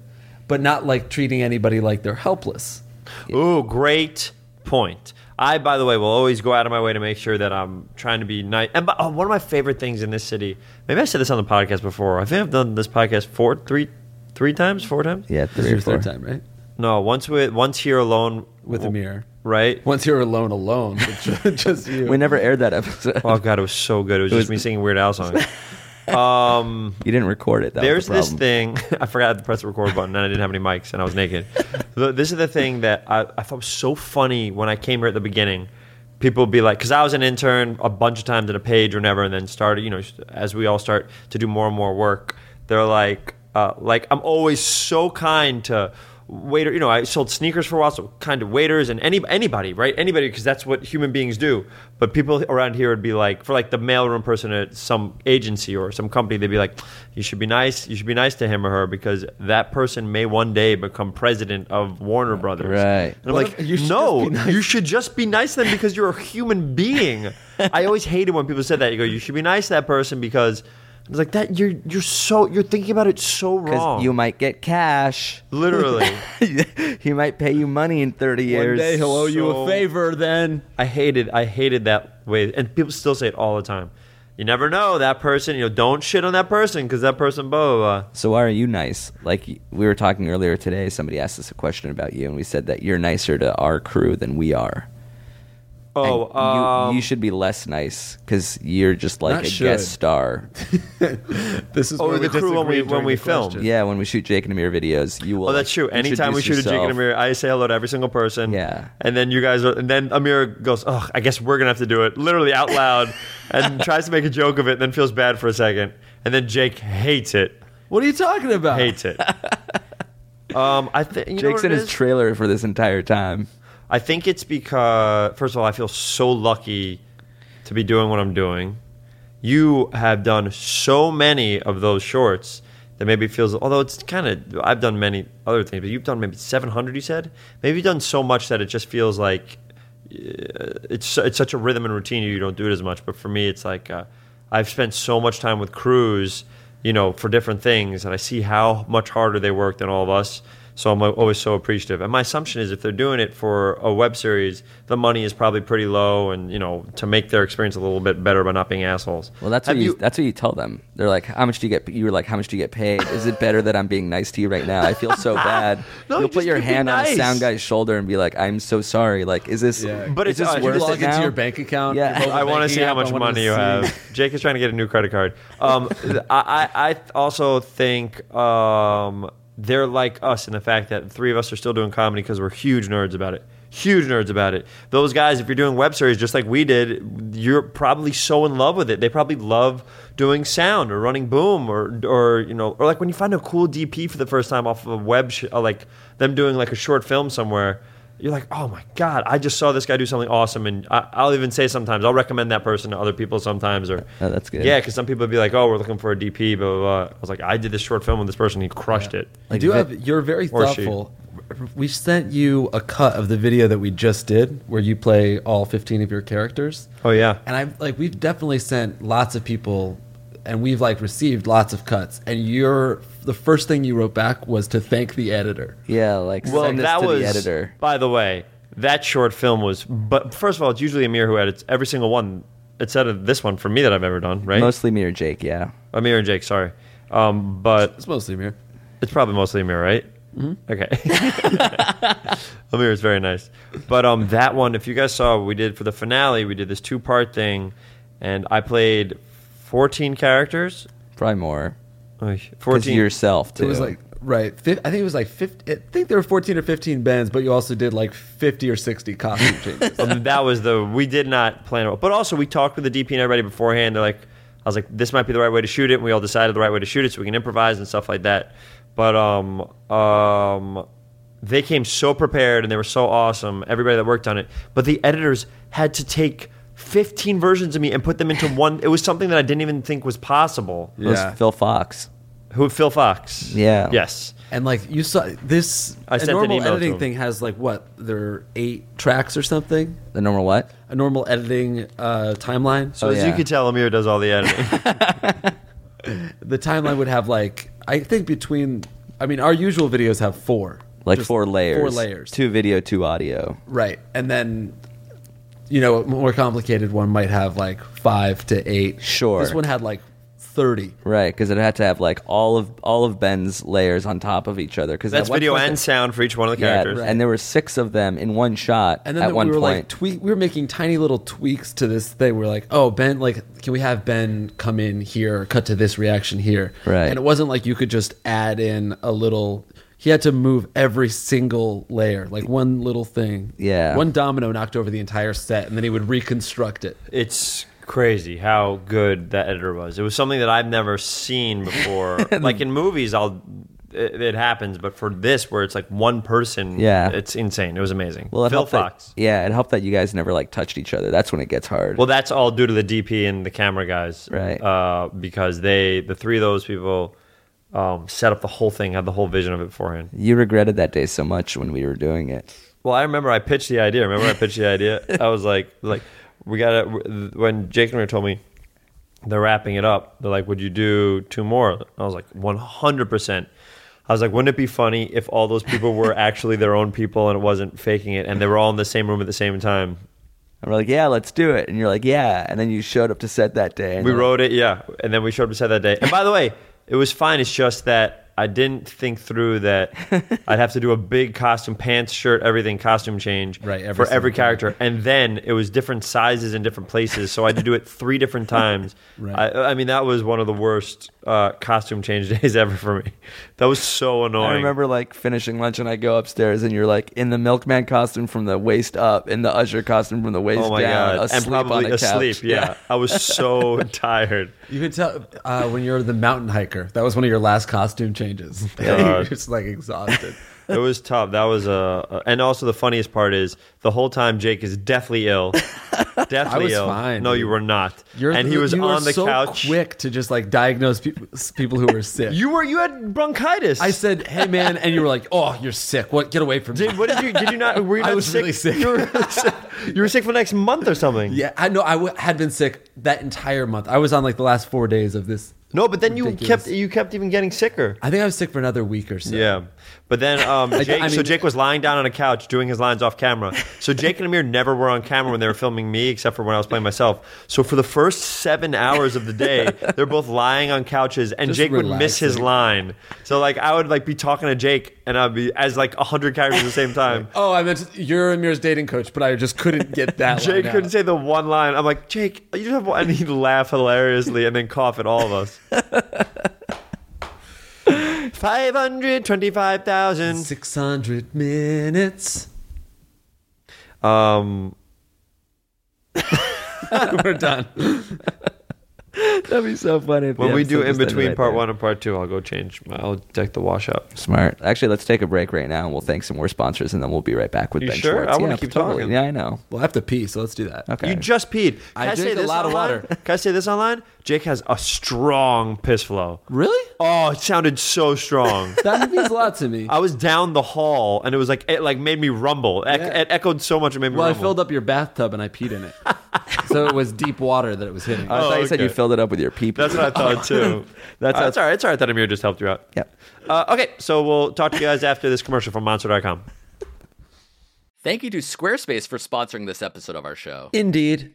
S5: but not like treating anybody like they're helpless.
S4: Ooh, great point. I, by the way, will always go out of my way to make sure that I'm trying to be nice. And by, oh, one of my favorite things in this city, maybe I said this on the podcast before. I think I've done this podcast four, three, three times, four times.
S3: Yeah,
S5: This
S3: three
S5: is
S3: or
S5: your
S3: four.
S5: third time, right?
S4: No, once with once here alone
S5: With a mirror.
S4: right?
S5: Once you're alone, alone, but ju- just you.
S3: We never aired that episode.
S4: Oh god, it was so good. It was, just me singing Weird Al songs.
S3: you didn't record it. That was
S4: There's
S3: the
S4: this
S3: problem.
S4: thing. I forgot to press the record button, and I didn't have any mics, and I was naked. Th- this is the thing that I, I thought was so funny when I came here at the beginning. People would be like, because I was an intern a bunch of times at a page or whatever, and then started, you know, as we all start to do more and more work, they're like, uh, like I'm always so kind to waiter. You know, I sold sneakers for a while, so kind of waiters and any anybody, right? Anybody, because that's what human beings do. But people around here would be like, for like the mailroom person at some agency or some company, they'd be like, "You should be nice. You should be nice to him or her because that person may one day become president of Warner Brothers."
S3: Uh, Right.
S4: And I'm like, "No, you should just be nice to them because you're a human being." I always hated when people said that. You go, "You should be nice to that person because." I was like that. You're you're so you're thinking about it so wrong.
S3: Because you might get cash.
S4: Literally.
S3: he might pay you money in 30 years.
S5: day he'll owe you
S4: so-
S5: a favor. Then
S4: I hated I hated that way, and people still say it all the time. You never know that person. You know, don't shit on that person because that person blah blah blah.
S3: So why are you nice? Like we were talking earlier today, somebody asked us a question about you, and we said that you're nicer to our crew than we are. And
S4: Oh,
S3: you,
S4: um,
S3: you should be less nice because you're just like
S5: Not
S3: a
S5: should.
S3: guest star.
S5: this is
S4: Oh,
S5: where
S4: the
S5: we
S4: crew when we-
S5: disagree
S4: when
S5: during
S4: we
S5: the
S4: film.
S5: question.
S3: yeah, when we shoot Jake and Amir videos, you will.
S4: Oh, that's true.
S3: like,
S4: Anytime we
S3: introduce
S4: shoot a Jake and
S3: yourself.
S4: Amir, I say hello to every single person.
S3: Yeah.
S4: And then you guys are, and then Amir goes, oh, I guess we're going to have to do it literally out loud and tries to make a joke of it and then feels bad for a second. And then Jake hates it.
S5: What are you talking about?
S4: Hates it. um, I think, you know
S3: Jake's
S4: what it
S3: in his
S4: is?
S3: trailer for this entire time.
S4: I think it's because first of all, I feel so lucky to be doing what I'm doing. You have done so many of those shorts that maybe it feels although it's kind of I've done many other things, but you've done maybe 700 you said. Maybe you've done so much that it just feels like it's it's such a rhythm and routine. You don't do it as much, but for me, it's like uh, I've spent so much time with crews, you know, for different things, and I see how much harder they work than all of us. So I'm always so appreciative. And my assumption is if they're doing it for a web series, the money is probably pretty low, and you know, to make their experience a little bit better by not being assholes.
S3: Well, that's
S4: Have
S3: what you,
S4: you-
S3: that's what you tell them. They're like, "How much do you get?" You were like, "How much do you get paid?" Is it better that I'm being nice to you right now? I feel so bad.
S4: No,
S3: You'll
S4: you
S3: put
S4: just
S3: your
S4: could be
S3: hand on a
S4: nice.
S3: sound guy's shoulder and be like, "I'm so sorry. Like, is this?
S5: Yeah.
S3: But
S4: But
S3: is
S4: it's-
S3: this
S4: uh,
S3: worth
S5: Log
S3: it
S5: into
S3: now?
S5: your bank account.
S3: Yeah.
S5: your mobile
S4: I want to
S5: banking
S4: see how
S5: app, I
S4: much
S5: wanna
S4: money you
S5: see-
S4: have. Jake is trying to get a new credit card. Um, I, I I also think um, they're like us in the fact that the three of us are still doing comedy because we're huge nerds about it. Huge nerds about it. Those guys, if you're doing web series just like we did, you're probably so in love with it. They probably love doing sound or running boom or or you know or like when you find a cool DP for the first time off of a web sh- uh, like them doing like a short film somewhere you're like, oh my god, I just saw this guy do something awesome, and I, I'll even say sometimes I'll recommend that person to other people sometimes, or
S3: Oh, that's good.
S4: Yeah, because some people would be like, oh, we're looking for a DP, blah blah. blah. I was like, I did this short film with this person, he crushed it.
S5: You
S3: Like
S5: do
S3: vi-
S5: have. You're very
S4: or she.
S5: thoughtful. We sent you a cut of the video that we just did, where you play all 15 of your characters.
S4: Oh yeah,
S5: And I've like we've definitely sent lots of people, and we've like received lots of cuts. And your the first thing you wrote back was to thank the editor.
S3: Yeah, like
S4: well
S3: send this
S4: that
S3: to
S4: was
S3: the editor.
S4: by the way that short film was. But first of all, it's usually Amir who edits every single one, instead of this one for me that I've ever done, right?
S3: Mostly me or Jake. Yeah.
S4: Amir and Jake, sorry, um, but
S5: It's mostly Amir.
S4: It's probably mostly Amir, right? Mm-hmm. Okay. Amir is very nice. But um, that one, if you guys saw, we did for the finale, we did this two part thing, and I played 14 characters.
S3: Probably more.
S4: Oy,
S3: Because
S4: 14.
S3: yourself too.
S5: It was like right. Fif- I think it was like 50. I think there were 14 or 15 bands, but you also did like 50 or 60 costume changes.
S4: Um, that was the, we did not plan it. But also, we talked with the DP and everybody beforehand. They're like, I was like, this might be the right way to shoot it. And we all decided the right way to shoot it so we can improvise and stuff like that. But um, um, they came so prepared and they were so awesome, everybody that worked on it. But the editors had to take 15 versions of me and put them into one. It was something that I didn't even think was possible.
S3: It was
S5: Yeah.
S3: Phil Fox.
S4: Who, Phil Fox?
S3: Yeah.
S4: Yes.
S5: And like you saw this,
S4: I
S5: a
S4: sent an
S5: normal
S4: email to
S5: editing
S4: him.
S5: thing has like what there are eight tracks or something.
S3: The normal what?
S5: A normal editing uh, timeline.
S4: So
S3: Oh,
S4: as
S3: yeah.
S4: you can tell, Amir does all the editing.
S5: the timeline would have like I think between. I mean, our usual videos have four,
S3: Like
S5: Just
S3: four layers.
S5: four layers,
S3: Two video, two audio.
S5: right? And then, you know, a more complicated one might have like five to eight.
S3: Sure.
S5: this one had like thirty.
S3: Right, because it had to have like all of all of Ben's layers on top of each other. Because
S4: That's video and sound for each one of the
S3: Yeah,
S4: characters.
S3: and there were six of them in one shot
S5: And then
S3: at
S5: we
S3: one
S5: were
S3: point.
S5: like tweak. We were making tiny little tweaks to this thing. We are like, oh Ben, like, can we have Ben come in here? Cut to this reaction here.
S3: Right.
S5: And it wasn't like you could just add in a little. He had to move every single layer, like one little thing.
S3: Yeah.
S5: One domino knocked over the entire set, and then he would reconstruct it.
S4: It's crazy how good that editor was. It was something that I've never seen before. like in movies, I'll it, it happens, but for this where it's like one person,
S3: Yeah.
S4: it's insane. It was amazing.
S3: Well, it
S4: Phil
S3: helped that-
S4: Fox.
S3: yeah, it helped that you guys never like touched each other. That's when it gets hard.
S4: Well, that's all due to the DP and the camera guys,
S3: Right.
S4: Uh, because they, the three of those people, um, set up the whole thing, had the whole vision of it beforehand.
S3: you regretted that day so much when we were doing it.
S4: Well, I remember I pitched the idea. Remember I pitched the idea? I was like, like we got to when Jake and Ray told me they're wrapping it up. They're like, "Would you do two more?" I was like, "One hundred percent." I was like, "Wouldn't it be funny if all those people were actually their own people and it wasn't faking it, and they were all in the same room at the same time?"
S3: And we're like, yeah, let's do it. And you're like, yeah. And then you showed up to set that day. and
S4: We
S3: you're
S4: wrote it, yeah, and then we showed up to set that day. And by the way, it was fine. It's just that I didn't think through that I'd have to do a big costume, pants, shirt, everything, costume change
S5: Right, every
S4: for every
S5: single time.
S4: character. And then it was different sizes in different places, so I had to do it three different times.
S5: Right.
S4: I, I mean, that was one of the worst uh, costume change days ever for me. That was so annoying.
S3: I remember like finishing lunch and I go upstairs and you're like in the milkman costume from the waist up, in the usher costume from the waist
S4: Oh my
S3: down,
S4: god!
S3: asleep
S4: and probably
S3: on a couch.
S4: asleep. Yeah. I was so tired.
S5: You could tell uh, when you're the mountain hiker. That was one of your last costume changes. you're
S4: God.
S5: just like exhausted.
S4: It was tough. That was uh, and also the funniest part is the whole time Jake is deathly ill, deathly
S5: I was
S4: ill.
S5: fine,
S4: no,
S5: dude.
S4: you were not.
S5: You're,
S4: and he was
S5: you are
S4: on the
S5: so
S4: couch.
S5: Quick to just like diagnose people, people who are sick.
S4: You were you had bronchitis.
S5: I said, "Hey man," and you were like, "Oh, you're sick. What? Get away from me."
S4: Did, what did you? Did you not? Were you
S5: I
S4: not
S5: was
S4: sick?
S5: really sick.
S4: You were, really sick. You were sick for the next month or something.
S5: Yeah, I know. I w- had been sick that entire month. I was on like the last four days of this.
S4: No, but then you
S5: Ridiculous.
S4: kept you kept even getting sicker.
S5: I think I was sick for another week or so.
S4: Yeah, but then um, Jake. so
S5: mean-
S4: Jake was lying down on a couch doing his lines off camera. So Jake and Amir never were on camera when they were filming me, except for when I was playing myself. So for the first seven hours of the day, they're both lying on couches, and
S5: Just
S4: Jake would miss his
S5: relaxing.
S4: line. So like I would like be talking to Jake, and I'd be as like hundred characters at the same time.
S5: Oh, I meant you're Amir's dating coach, but I just couldn't get that.
S4: Jake
S5: line out.
S4: couldn't say the one line. I'm like Jake, you just have one, and he'd laugh hilariously and then cough at all of us. Five hundred twenty-five thousand.
S5: 600 minutes.
S4: Um,
S5: We're done.
S3: That'd be so funny. if
S4: When
S3: the
S4: we do
S3: episode just
S4: in
S3: ended
S4: between
S3: right
S4: part
S3: there.
S4: one and part two, I'll go change. My, I'll deck the washout.
S3: Smart. Actually, let's take a break right now and we'll thank some more sponsors and then we'll be right back with
S4: You
S3: Ben
S4: sure?
S3: Schwartz.
S4: I wanna
S3: yeah,
S4: keep
S3: totally.
S4: talking.
S3: Yeah, I know.
S5: We'll have to pee, so let's do that.
S3: Okay.
S4: You just peed. Can
S5: I
S4: say
S5: drink a
S4: this
S5: lot of
S4: online?
S5: water.
S4: Can I say this online? Jake has a strong piss flow.
S5: Really?
S4: Oh, it sounded so strong.
S5: That means a lot to me.
S4: I was down the hall and it was like it like made me rumble. It,
S5: Yeah.
S4: it echoed so much it made me
S5: Well, I
S4: rumble.
S5: filled up your bathtub and I peed in it. so it was deep water that it was hitting.
S3: I thought you said
S4: Oh, okay.
S3: you filled it up with your pee.
S4: That's what I thought too.
S3: That's
S4: that's, uh,
S3: how-
S4: that's all right. It's all right that Amir just helped you out.
S3: Yep.
S4: Uh, okay, so we'll talk to you guys after this commercial from Monster.com.
S7: Thank you to Squarespace for sponsoring this episode of our show.
S5: Indeed.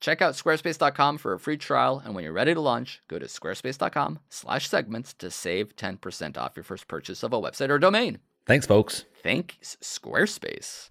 S7: Check out squarespace.com for a free trial, and when you're ready to launch, go to squarespace.com/segments to save 10% off your first purchase of a website or domain.
S6: Thanks, folks.
S7: Thanks, Squarespace.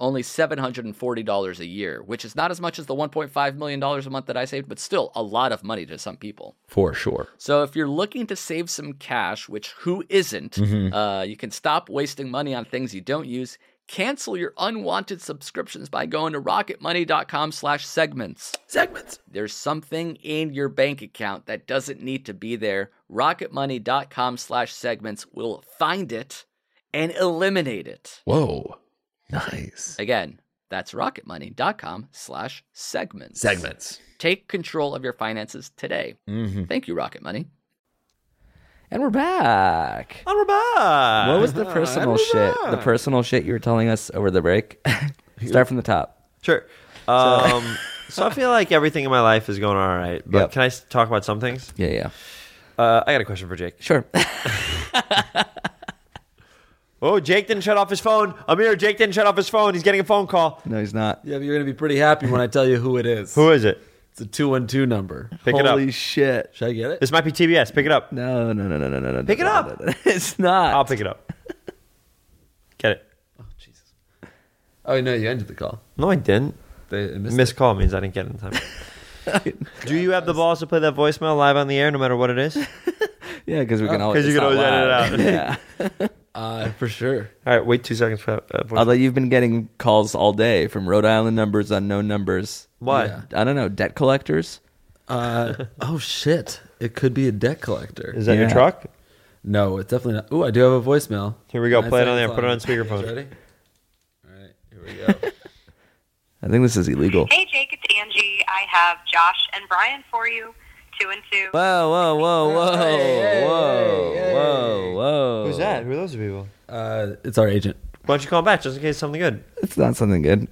S7: only $740 a year, which is not as much as the $1.5 million a month that I saved, but still a lot of money to some people.
S6: for sure.
S7: So if you're looking to save some cash, which who isn't, uh, you can stop wasting money on things you don't use. Cancel your unwanted subscriptions by going to rocketmoney.com/segments.
S6: Segments.
S7: There's something in your bank account that doesn't need to be there. rocketmoney.com/segments will find it and eliminate it.
S6: Whoa, nice.
S7: Again, that's rocketmoney.com/segments.
S6: Segments.
S7: Take control of your finances today. Thank you, Rocket Money.
S3: And we're back.
S4: And we're back.
S3: What was the
S4: And
S3: personal
S4: we're
S3: shit?
S4: back.
S3: The personal shit you were telling us over the break? Start from the top.
S4: Sure. Um, so I feel like everything in my life is going all right, but
S3: Yep.
S4: can I s- talk about some things?
S3: Yeah, yeah.
S4: Uh, I got a question for Jake.
S3: Sure.
S4: Oh, Jake didn't shut off his phone. Amir, Jake didn't shut off his phone. He's getting a phone call.
S3: no, he's not.
S5: Yeah, but you're gonna be pretty happy when I tell you who it is.
S4: Who is it?
S5: It's a two one two number.
S4: Pick it
S3: Holy
S4: up.
S3: shit.
S5: Should I get it?
S4: This might be TBS. Pick it up.
S3: No, no, no, no, no, no, no.
S4: Pick it
S3: no,
S4: up.
S3: no, no, no. It's not.
S4: I'll pick it up. Get it.
S5: Jesus. Oh no, you ended the call.
S4: No, I didn't.
S5: They missed.
S4: Missed call means I didn't get it in time. Do you have the balls to play that voicemail live on the air, no matter what it is? All
S3: Yeah, because we can always.
S4: Oh, 'Cause
S3: it's
S4: you can
S3: not
S4: always edit it
S3: loud. yeah.
S5: Uh, for sure.
S4: right, wait two seconds for that uh, voicemail.
S3: Although you've been getting calls all day from Rhode Island numbers, unknown numbers.
S4: What?
S5: Yeah.
S3: I don't know. Debt collectors.
S5: Uh, oh shit! It could be a debt collector.
S4: Is that your
S3: Yeah.
S4: truck?
S5: No, it's definitely not. Ooh, I do have a voicemail.
S4: Here we go.
S5: Nine
S4: Play it on there.
S5: seconds
S4: Put it on
S5: You guys
S4: speakerphone.
S5: Ready? All right, here we go.
S3: I think this is illegal.
S8: Hey, Jake, it's Angie. I have Josh and Brian for you. Two and two.
S3: Whoa, whoa, whoa, whoa,
S5: hey,
S3: whoa,
S5: hey, hey.
S3: whoa, whoa.
S4: Who's that? Who are those people?
S5: uh, it's our agent.
S4: Why don't you call back just in case something good?
S3: It's not something good.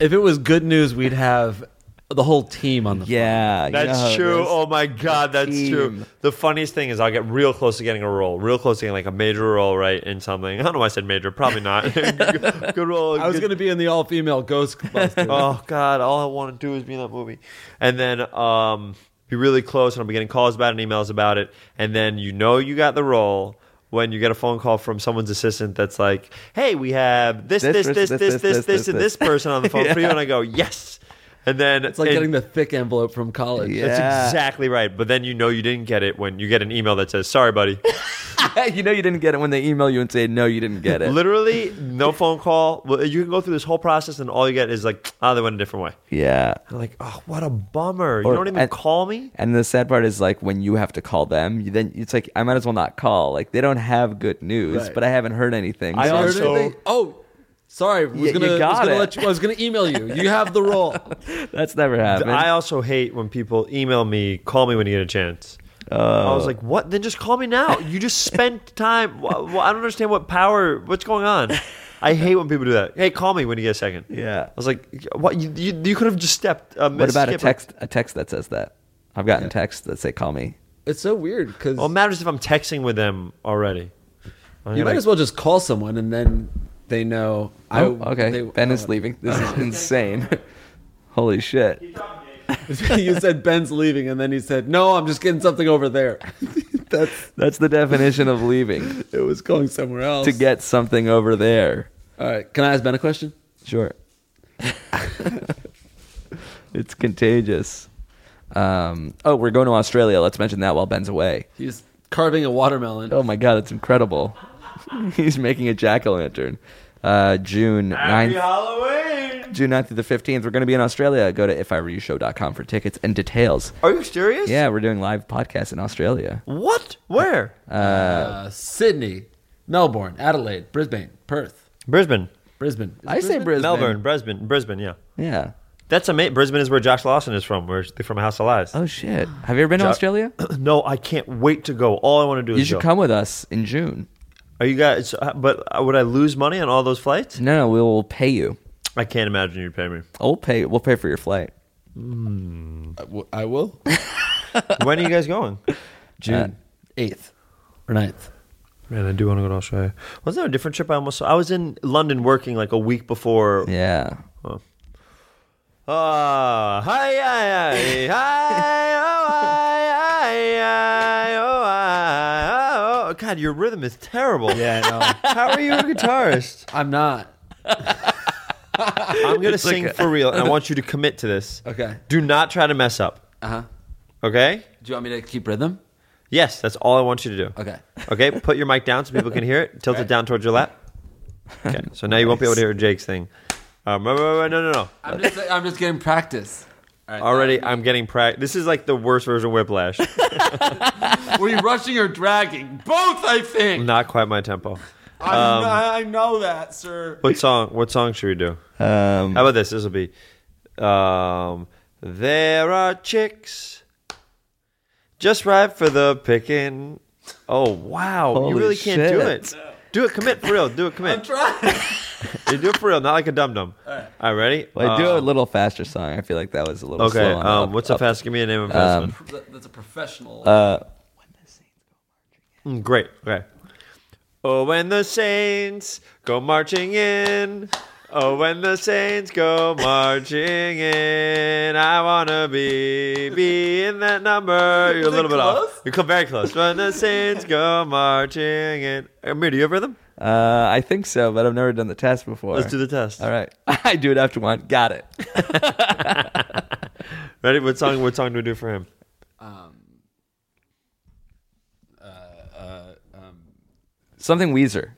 S5: If it was good news, we'd have the whole team on the.
S3: Yeah, you know how
S4: That's
S3: it
S4: true.
S3: is.
S4: Oh my god, that's true.
S3: team.
S4: The funniest thing is I'll get real close to getting a role, real close to getting like a major role, right, in something. I don't know why I said major, probably not. good role.
S5: I was
S4: good-
S5: gonna be in the all-female Ghostbusters.
S4: Oh god, all I want to do is be in that movie. And then um be really close and I'll be getting calls about it and emails about it. And then you know you got the role when you get a phone call from someone's assistant that's like, Hey, we have this, this, this, this, this, this, and this person on the phone for you and I go, Yes. And then
S5: it's like getting the thick envelope from college.
S3: Yeah.
S4: That's exactly right. But then you know you didn't get it when you get an email that says, "Sorry, buddy."
S3: you know you didn't get it when they email you and say no, you didn't get it.
S4: Oh. Literally, no phone call. Well, You can go through this whole process, and all you get is like, "Ah, they went a different way."
S3: yeah.
S4: I'm like, "Oh, what a bummer!
S3: Or-
S4: you don't even
S3: and-
S4: call me."
S3: And the sad part is like when you have to call them, you then it's like I might as well not call. Like they don't have good news,
S5: Right.
S3: but I haven't heard anything.
S4: I
S3: so-
S5: Heard
S4: also-
S5: anything? Oh, sorry. Was
S3: Yeah,
S5: gonna,
S3: you
S5: was
S3: got
S5: gonna
S3: it.
S5: Let you, I was gonna email you. You have the role.
S3: that's never happened.
S4: I also hate when people email me, "Call me when you get a chance." I
S3: Oh.
S4: was like, "What? Then just call me now." You just spent time. Wha- wha- I don't understand what power. What's going on? I hate when people do that. Hey, call me when you get a second.
S3: Yeah.
S4: I was like, "What? You, you, you could have just stepped." Um,
S3: what about a
S4: skipped-
S3: text? A text that says that. I've gotten texts that say call me.
S5: It's so weird because
S4: Well, it matters if I'm texting with them already.
S5: you might as well just call someone and then they know.
S3: Oh, okay.
S5: they-
S3: ben
S5: uh,
S3: is leaving. This is insane. Holy shit.
S5: you said Ben's leaving, and then he said, "No, I'm just getting something over there." That's
S3: That's the definition of leaving
S5: it was going somewhere else.
S3: to get something over there.
S5: All right, can I ask Ben a question?
S3: Sure. it's contagious. Um, oh, we're going to Australia. Let's mention that while Ben's away.
S5: He's carving a watermelon.
S3: Oh my God, it's incredible. He's making a jack o' lantern. Uh, June 9th,
S4: Halloween.
S3: June 9th through the 15th. We're going to be in Australia. Go to ifiwereyoushow.com for tickets and details.
S4: Are you serious?
S3: Yeah, we're doing live podcasts in Australia.
S4: What? Where?
S5: Uh, Sydney, Melbourne, Adelaide, Brisbane, Perth,
S4: Brisbane.
S5: Brisbane. Is it
S3: I say Brisbane.
S4: Melbourne, Brisbane, Brisbane, yeah.
S3: Yeah.
S4: That's amazing. Brisbane is where Josh Lawson is from. Where they're from House of Lies.
S3: Oh, shit. Have you ever been to
S4: Jo-
S3: Australia?
S4: no, I can't wait to go. All I want to do is
S3: You should
S4: go.
S3: come with us in June.
S4: Are you guys? uh, But would I lose money on all those flights?
S3: No, no, we'll pay you.
S4: I can't imagine you'd pay me.
S3: We'll pay. We'll pay for your flight.
S5: W- I will.
S4: when are you guys going?
S5: June
S3: Uh,
S5: eighth or 9th.
S4: Man, I do want to go to Australia. Was that a different trip? I almost. I was in London working like a week before.
S3: Yeah.
S4: Ah, hi, hi, hi, hi, oh, hi, hi, hi, oh, hi, oh. God, your rhythm is terrible.
S5: Yeah, no,
S4: How are you a guitarist?
S5: I'm not.
S4: I'm gonna sing for real, and I want you to commit to this.
S5: Okay.
S4: Do not try to mess up.
S5: Uh huh.
S4: Okay.
S5: Do you want me to keep rhythm?
S4: Yes, that's all I want you to do.
S5: Okay.
S4: Okay. Put your mic down so people can hear it. Tilt it down towards your lap. Okay. So now you won't be able to hear Jake's thing. Um, wait, wait, wait, no, no, no.
S5: I'm just, I'm just getting practice.
S4: Already, I'm getting practice. This is like the worst version of Whiplash.
S5: Were you rushing or dragging? Both, I think.
S4: Not quite my tempo.
S5: I, I know that, sir.
S4: What song? What song should we do?
S3: Um,
S4: How about this? This will be. Um, there are chicks just ripe for the picking. Oh wow!
S3: Holy
S4: you really can't do
S3: shit.
S4: it. Do it. Commit for real. Do it. Commit. You do it for real, not like a dum dum. All right. ready?
S3: Well, do a
S4: Um,
S3: little faster song. I feel like that was a little
S4: Okay.
S3: slow. on
S4: Um,
S3: up-
S4: what's a
S3: up.
S4: fast? Give me a name of a fast
S3: Um,
S5: That's a professional.
S3: Uh,
S4: one. Mm, great. Okay. Oh, when the saints go marching in. Oh, when the saints go marching in, I wanna be be in that number. You're a little bit off. You're co- very close. When the saints go marching in, Amir, do you have rhythm?
S3: uh, I think so, but I've never done the test before.
S4: Let's do the test.
S3: All right, I do it after one. Got it.
S4: Ready? What song? What song do we do for him?
S3: Something Weezer.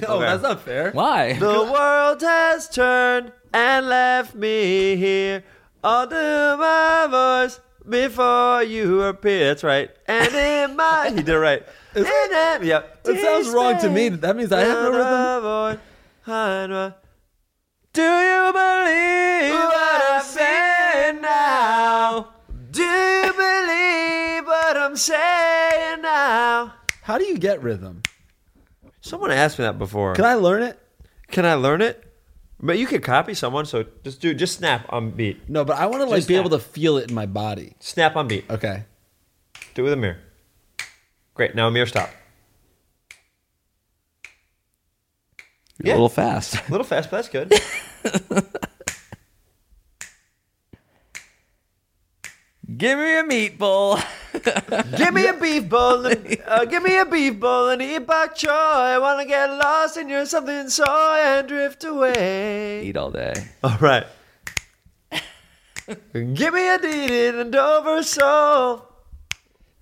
S5: no, Oh, that's not fair.
S3: Why?
S4: The world has turned and left me here. I'll do my voice before you appear. That's right. And in my he did it right. In it, yep.
S5: It sounds wrong to me. That means I have no rhythm.
S4: rhythm. Do you believe what I'm saying now? Do you believe what I'm saying now?
S5: How do you get rhythm?
S4: Someone asked me that before.
S5: Can I learn it?
S4: Can I learn it? But you could copy someone, so just do just snap on beat.
S5: No, but I want to like
S4: Just
S5: be
S4: that.
S5: able to feel it in my body.
S4: Snap on beat.
S5: Okay.
S4: Do it with a mirror. Great. Now a mirror stop.
S3: A little fast.
S4: A little fast, but that's good.
S3: Give me a meatball.
S4: give me a beef bowl. And, uh, give me a beef bowl and eat bok choy. I want to get lost in your something soy and drift away.
S3: Eat all day.
S4: All right. give me a deed and over soul.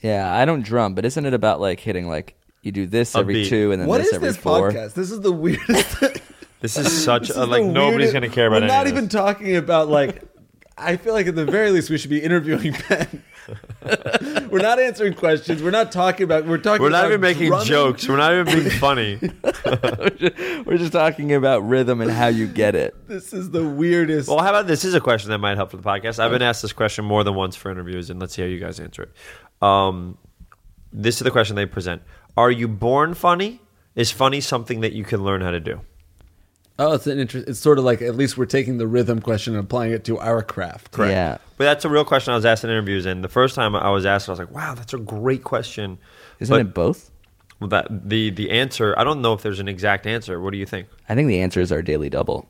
S3: Yeah, I don't drum, but isn't it about like hitting like you do this
S4: A
S3: every
S4: beat.
S3: two and then
S5: What
S3: this
S5: is
S3: every
S5: this
S3: four?
S5: podcast? This is the weirdest.
S4: This is such
S5: This
S4: a uh,
S5: is
S4: like
S5: the
S4: nobody's
S5: weirdest-
S4: gonna care about
S5: We're
S4: it.
S5: not even talking about like. I feel like at the very least we should be interviewing Ben. we're not answering questions. We're not talking about. We're talking.
S4: We're not
S5: about
S4: even making
S5: drumming.
S4: jokes. We're not even being funny.
S3: We're just talking about rhythm and how you get it.
S5: This is the weirdest.
S4: Well, how about this? Is a question that might help for the podcast. I've been asked this question more than once for interviews, and let's see how you guys answer it. Um, this is the question they present: Are you born funny? Is funny something that you can learn how to do?
S5: Oh, it's an interest. It's sort of like at least we're taking the rhythm question and applying it to our craft.
S4: Correct.
S3: Yeah.
S4: But that's a real question I was asked in interviews, and the first time I was asked, I was like, "Wow, that's a great question."
S3: Isn't
S4: But-
S3: it both?
S4: Well, that the the answer? I don't know if there's an exact answer. What do you think?
S3: I think the answer is our daily double.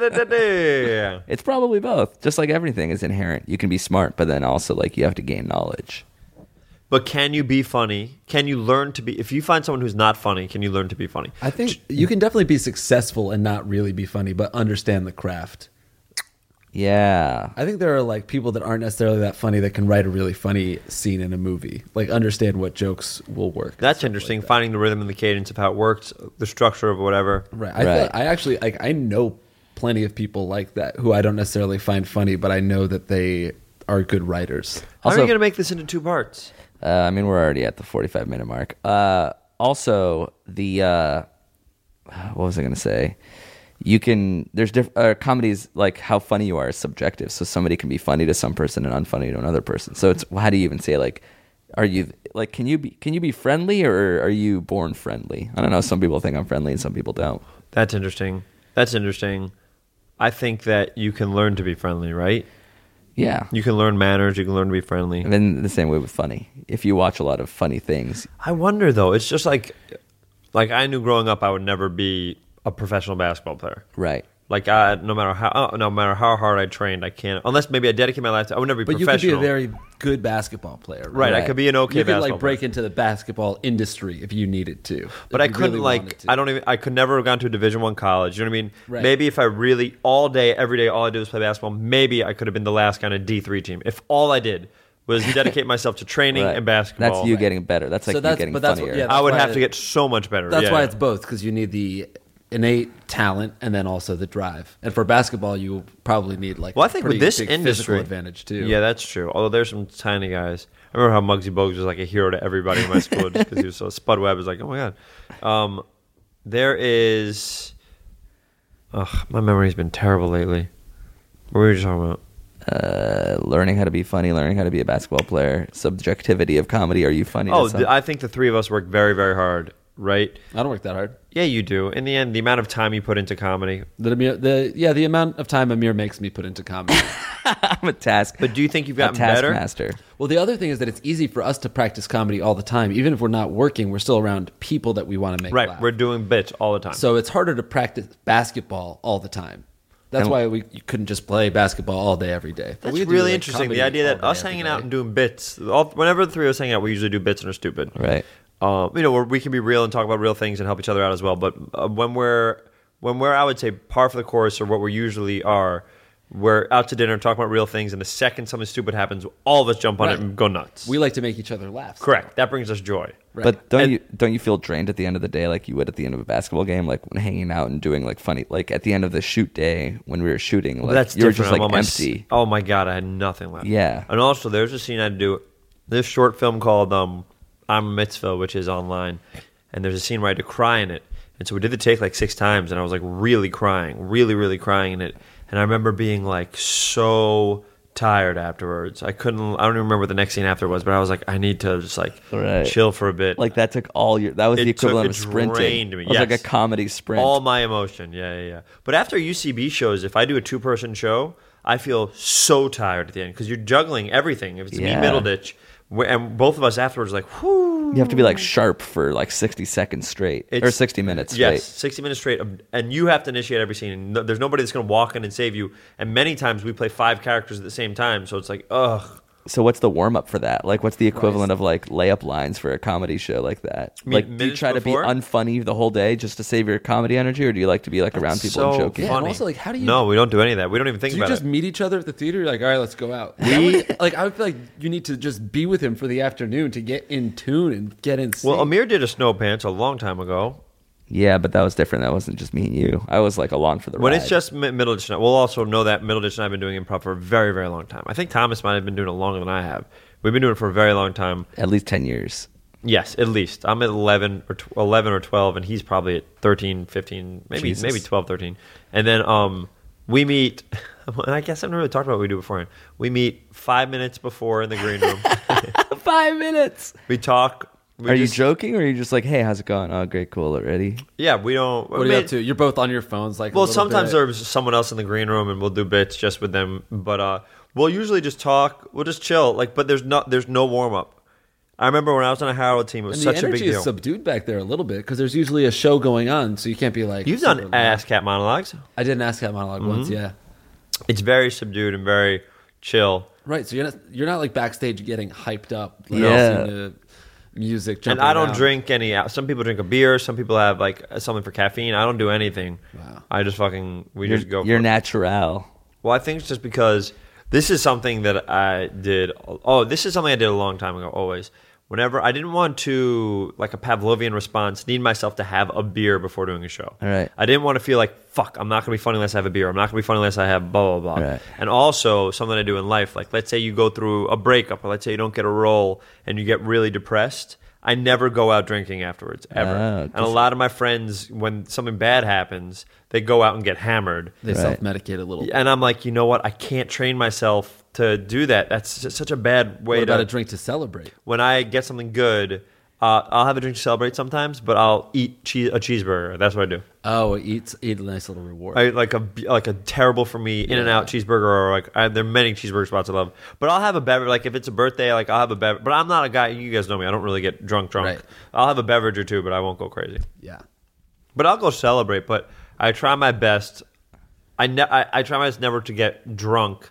S4: Diddle-a-da-diddle-a-da-diddle-a-da-da.
S3: It's probably both. Just like everything is inherent. You can be smart, but then also like you have to gain knowledge.
S4: but can you be funny? Can you learn to be? If you find someone who's not funny, can you learn to be funny?
S5: I think you can definitely be successful and not really be funny, but understand the craft.
S3: Yeah.
S5: I think there are like people that aren't necessarily that funny that can write a really funny scene in a movie, like understand what jokes will work.
S4: That's interesting. Finding the rhythm and the cadence of how it works, the structure of whatever.
S5: Right. I,
S3: Right.
S5: Feel, I actually like I know plenty of people like that who I don't necessarily find funny, but I know that they are good writers.
S4: How are
S3: Also-
S4: you going to make this into two parts?
S3: Uh, I mean, we're already at the 45 minute mark. Uh, also, the uh, what was I going to say? You can there's different uh, comedies like how funny you are is subjective. So somebody can be funny to some person and unfunny to another person. So it's how do you even say like are you like can you be can you be friendly or are you born friendly? I don't know. Some people think I'm friendly and some people don't.
S4: That's interesting. That's interesting. I think that you can learn to be friendly, right?
S3: Yeah.
S4: You can learn manners. You can learn to be friendly.
S3: And then the same way with funny. If you watch a lot of funny things,
S4: I wonder though. It's just like, like I knew growing up, I would never be a professional basketball player.
S3: right?
S4: Like I, no matter how, oh, no matter how hard I trained, I can't. Unless maybe I dedicate my life to. I would never be
S5: But you could be
S4: professional.
S5: a very good basketball player,
S3: Right.
S4: right, I could be an okay
S5: you could
S4: basketball.
S5: like break into the basketball industry if you needed to.
S4: but I
S5: if you
S4: couldn't
S5: really wanted
S4: like.
S5: to.
S4: I don't even. I could never have gone to a Division One college. You know what I mean?
S5: Right.
S4: Maybe if I really all day, every day, all I did was play basketball. Maybe I could have been the last guy on a D three team if all I did was dedicate myself to training
S3: Right.
S4: and basketball.
S3: That's you getting better. That's like
S5: So that's-
S3: you getting
S5: but that's what-
S3: funnier.
S5: yeah,
S4: I would
S5: That's
S4: have
S5: why-
S4: to get so much better.
S5: That's
S4: yeah.
S5: why it's both because you need the innate talent and then also the drive. And for basketball, you probably need like
S4: Well, I
S5: a
S4: think
S5: pretty
S4: with this
S5: big
S4: industry,
S5: physical advantage too.
S4: Yeah, that's true. Although there's some tiny guys. I remember how Muggsy Bogues was like a hero to everybody in my school just because he was so. Spud Webb was like, oh my god. Um, there is. Ugh, my memory's been terrible lately. What were we just talking about?
S3: uh, learning how to be funny, learning how to be a basketball player, subjectivity of comedy. Are you funny? to
S4: Oh,
S3: some-
S4: th- I think the three of us worked very, very hard, right?
S5: I don't work that hard.
S4: Yeah, you do. In the end, the amount of time you put into comedy.
S5: The, Amir- the yeah, the amount of time Amir makes me put into comedy.
S3: I'm a task.
S4: But do you think you've
S3: a
S4: gotten better?
S3: taskmaster.
S5: well, the other thing is that it's easy for us to practice comedy all the time, even if we're not working. We're still around people that we want to make
S4: Right,
S5: laugh.
S4: we're doing bits all the time.
S5: so it's harder to practice basketball all the time. That's
S3: And-
S5: why we you couldn't just play basketball all day every day. But
S4: That's
S5: we do,
S4: really
S5: like,
S4: interesting.
S5: comedy
S4: The idea
S5: all
S4: that
S5: day,
S4: us
S5: every
S4: hanging
S5: day.
S4: out and doing bits, all, whenever the three of us hang out, we usually do bits and are stupid.
S3: Right.
S4: Um, you know, where we can be real and talk about real things and help each other out as well. But uh, when we're when we're, I would say, par for the course or what we usually are, we're out to dinner talking about real things, and the second something stupid happens, all of us jump on
S5: Right.
S4: it and go nuts.
S5: we like to make each other laugh.
S4: Correct. That brings us joy.
S5: Right.
S3: But don't
S4: And-
S3: you don't you feel drained at the end of the day like you would at the end of a basketball game, like when hanging out and doing like funny like at the end of the shoot day when we were shooting, like
S4: But that's
S3: you were
S4: different.
S3: just
S4: I'm
S3: like
S4: on my s-
S3: empty.
S4: oh my god, I had nothing left.
S3: Yeah.
S4: And also, there's a scene I do this short film called um, "I'm a Mitzvah," which is online, and there's a scene where I had to cry in it. And so we did the take like six times, and I was like really crying, really, really crying in it. And I remember being like so tired afterwards. I couldn't. I don't even remember what the next scene after was, but I was like, I need to just like
S3: Right.
S4: chill for a bit.
S3: Like that took all your that was
S4: It
S3: the
S4: took-
S3: equivalent
S4: it
S3: of sprinting.
S4: drained me,
S3: It was like
S4: yes.
S3: a comedy sprint.
S4: All my emotion. Yeah, yeah, yeah. But after UCB shows, if I do a two person show, I feel so tired at the end because you're juggling everything. If it's
S3: Yeah.
S4: me, Middleditch, we- and both of us afterwards, are like, whoo.
S3: you have to be like sharp for like sixty seconds straight. or
S4: It's-
S3: sixty minutes
S4: Yes,
S3: straight.
S4: 60 minutes straight. um, And you have to initiate every scene. And no- There's nobody that's going to walk in and save you. And many times we play five characters at the same time. So it's like, ugh.
S3: So what's the warm up for that? Like, what's the equivalent of like layup lines for a comedy show like that?
S4: mean
S3: like, do you
S4: minutes
S3: try
S4: before?
S3: to be unfunny the whole day just to save your comedy energy, or do you like to be like around people and
S4: so
S3: joking?
S5: Yeah, and also, like, how do you-
S4: No, we don't do any of that. We don't even think
S5: Do you
S4: about
S5: just
S4: it.
S5: meet each other at the theater? You're like, all right, let's go out. Is that what it- like, I would feel like you need to just be with him for the afternoon to get in tune and get in. Sync.
S4: well, Amir did a snow pants a long time ago.
S3: Yeah, but that was different. That wasn't just me and you. I was like along for the
S4: When
S3: ride.
S4: it's just mi- middle ditch, we'll also know that middle ditch and I've been doing improv for a very, very long time. I think Thomas might have been doing it longer than I have. We've been doing it for a very long time.
S3: at least ten years.
S4: Yes, at least I'm at 11 or tw- 11 or 12, and he's probably at 13, 15, maybe
S3: Jesus.
S4: maybe 12, 13. And then um, we meet. I guess I haven't really talked about what we do beforehand. We meet five minutes before in the green room.
S3: Five minutes.
S4: we talk. We
S3: are
S4: just-
S3: you joking, or are you just like, hey, how's it going? Oh, great, cool, already.
S4: Yeah, we don't.
S5: what are you up to? You're both on your phones, like. a
S4: Well,
S5: little
S4: sometimes
S5: bit.
S4: there's someone else in the green room, and we'll do bits just with them. But uh, we'll usually just talk. We'll just chill. Like, but there's not. There's no warm up. I remember when I was on a Harold team, it was
S5: And
S4: such
S5: the
S4: a big
S5: energy
S4: deal.
S5: is subdued back there a little bit because there's usually a show going on, so you can't be like
S4: You've done Mm-hmm.
S5: super-
S4: ass cat monologues.
S5: I did an ASCAP monolog once, yeah.
S4: It's very subdued and very chill.
S5: Right, so you're not you're not like backstage getting hyped up, like,
S3: Yeah.
S5: listening to music.
S4: And
S5: jumping
S4: I don't
S5: around.
S4: drink any. al- Some people drink a beer. Some people have like something for caffeine. I don't do anything.
S5: Wow.
S4: I just fucking we
S3: You're,
S4: just go.
S3: you're
S4: for it.
S3: natural.
S4: Well, I think it's just because this is something that I did. Oh, this is something I did a long time ago. Always, whenever I didn't want to like a Pavlovian response, need myself to have a beer before doing a show.
S3: All right.
S4: I didn't want to feel like fuck. I'm not gonna be funny unless I have a beer. I'm not gonna be funny unless I have blah blah blah.
S3: All right.
S4: And also something I do in life, like let's say you go through a breakup, or let's say you don't get a role, and you get really depressed. I never go out drinking afterwards ever.
S3: Oh,
S4: and a lot of my friends, when something bad happens, they go out and get hammered.
S5: They self medicate a little.
S4: And I'm like, you know what? I can't train myself to do that. That's just such a bad way
S5: What about
S4: to
S5: a drink to celebrate?
S4: When I get something good, uh, I'll have a drink to celebrate sometimes, but I'll eat cheese, a cheeseburger. That's what I do.
S5: Oh, eat eat a nice little reward.
S4: I, like a b- like a terrible for me in and out cheeseburger or like I, there are many cheeseburger spots I love, but I'll have a beverage. Like if it's a birthday, like I'll have a beverage. But I'm not a guy. You guys know me. I don't really get drunk drunk.
S5: Right.
S4: I'll have a beverage or two, but I won't go crazy.
S5: yeah,
S4: But I'll go celebrate. But I try my best. I, ne- I I try my best never to get drunk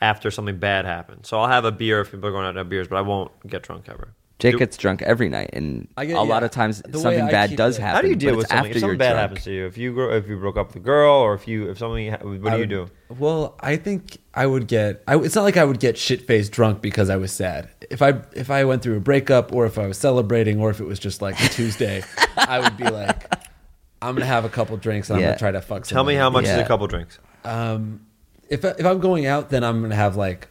S4: after something bad happens. So I'll have a beer if people are going out to have beers, but I won't get drunk ever.
S3: Jake
S4: Do-
S3: gets drunk every night, and
S5: I get-
S3: a lot
S5: yeah.
S3: of times
S5: The way
S3: something
S5: I
S3: bad
S5: keep
S3: does
S5: it-
S3: happen.
S4: How do you deal
S3: but
S4: with
S3: it's after
S4: something? If something
S3: you're
S4: bad
S3: drunk.
S4: happens to you, if you grow, if you broke up with a girl, or if you if something, ha- what do
S5: I
S4: you
S5: would-
S4: do?
S5: Well, I think I would get. I, it's not like I would get shit faced drunk because I was sad. If I if I went through a breakup, or if I was celebrating, or if it was just like a Tuesday, I would be like, I'm gonna have a couple drinks and I'm
S3: Yeah.
S5: gonna try to fuck.
S4: Tell me
S5: somebody."
S4: how much is
S3: Yeah.
S4: a couple drinks.
S5: If I- if I'm going out, then I'm gonna have like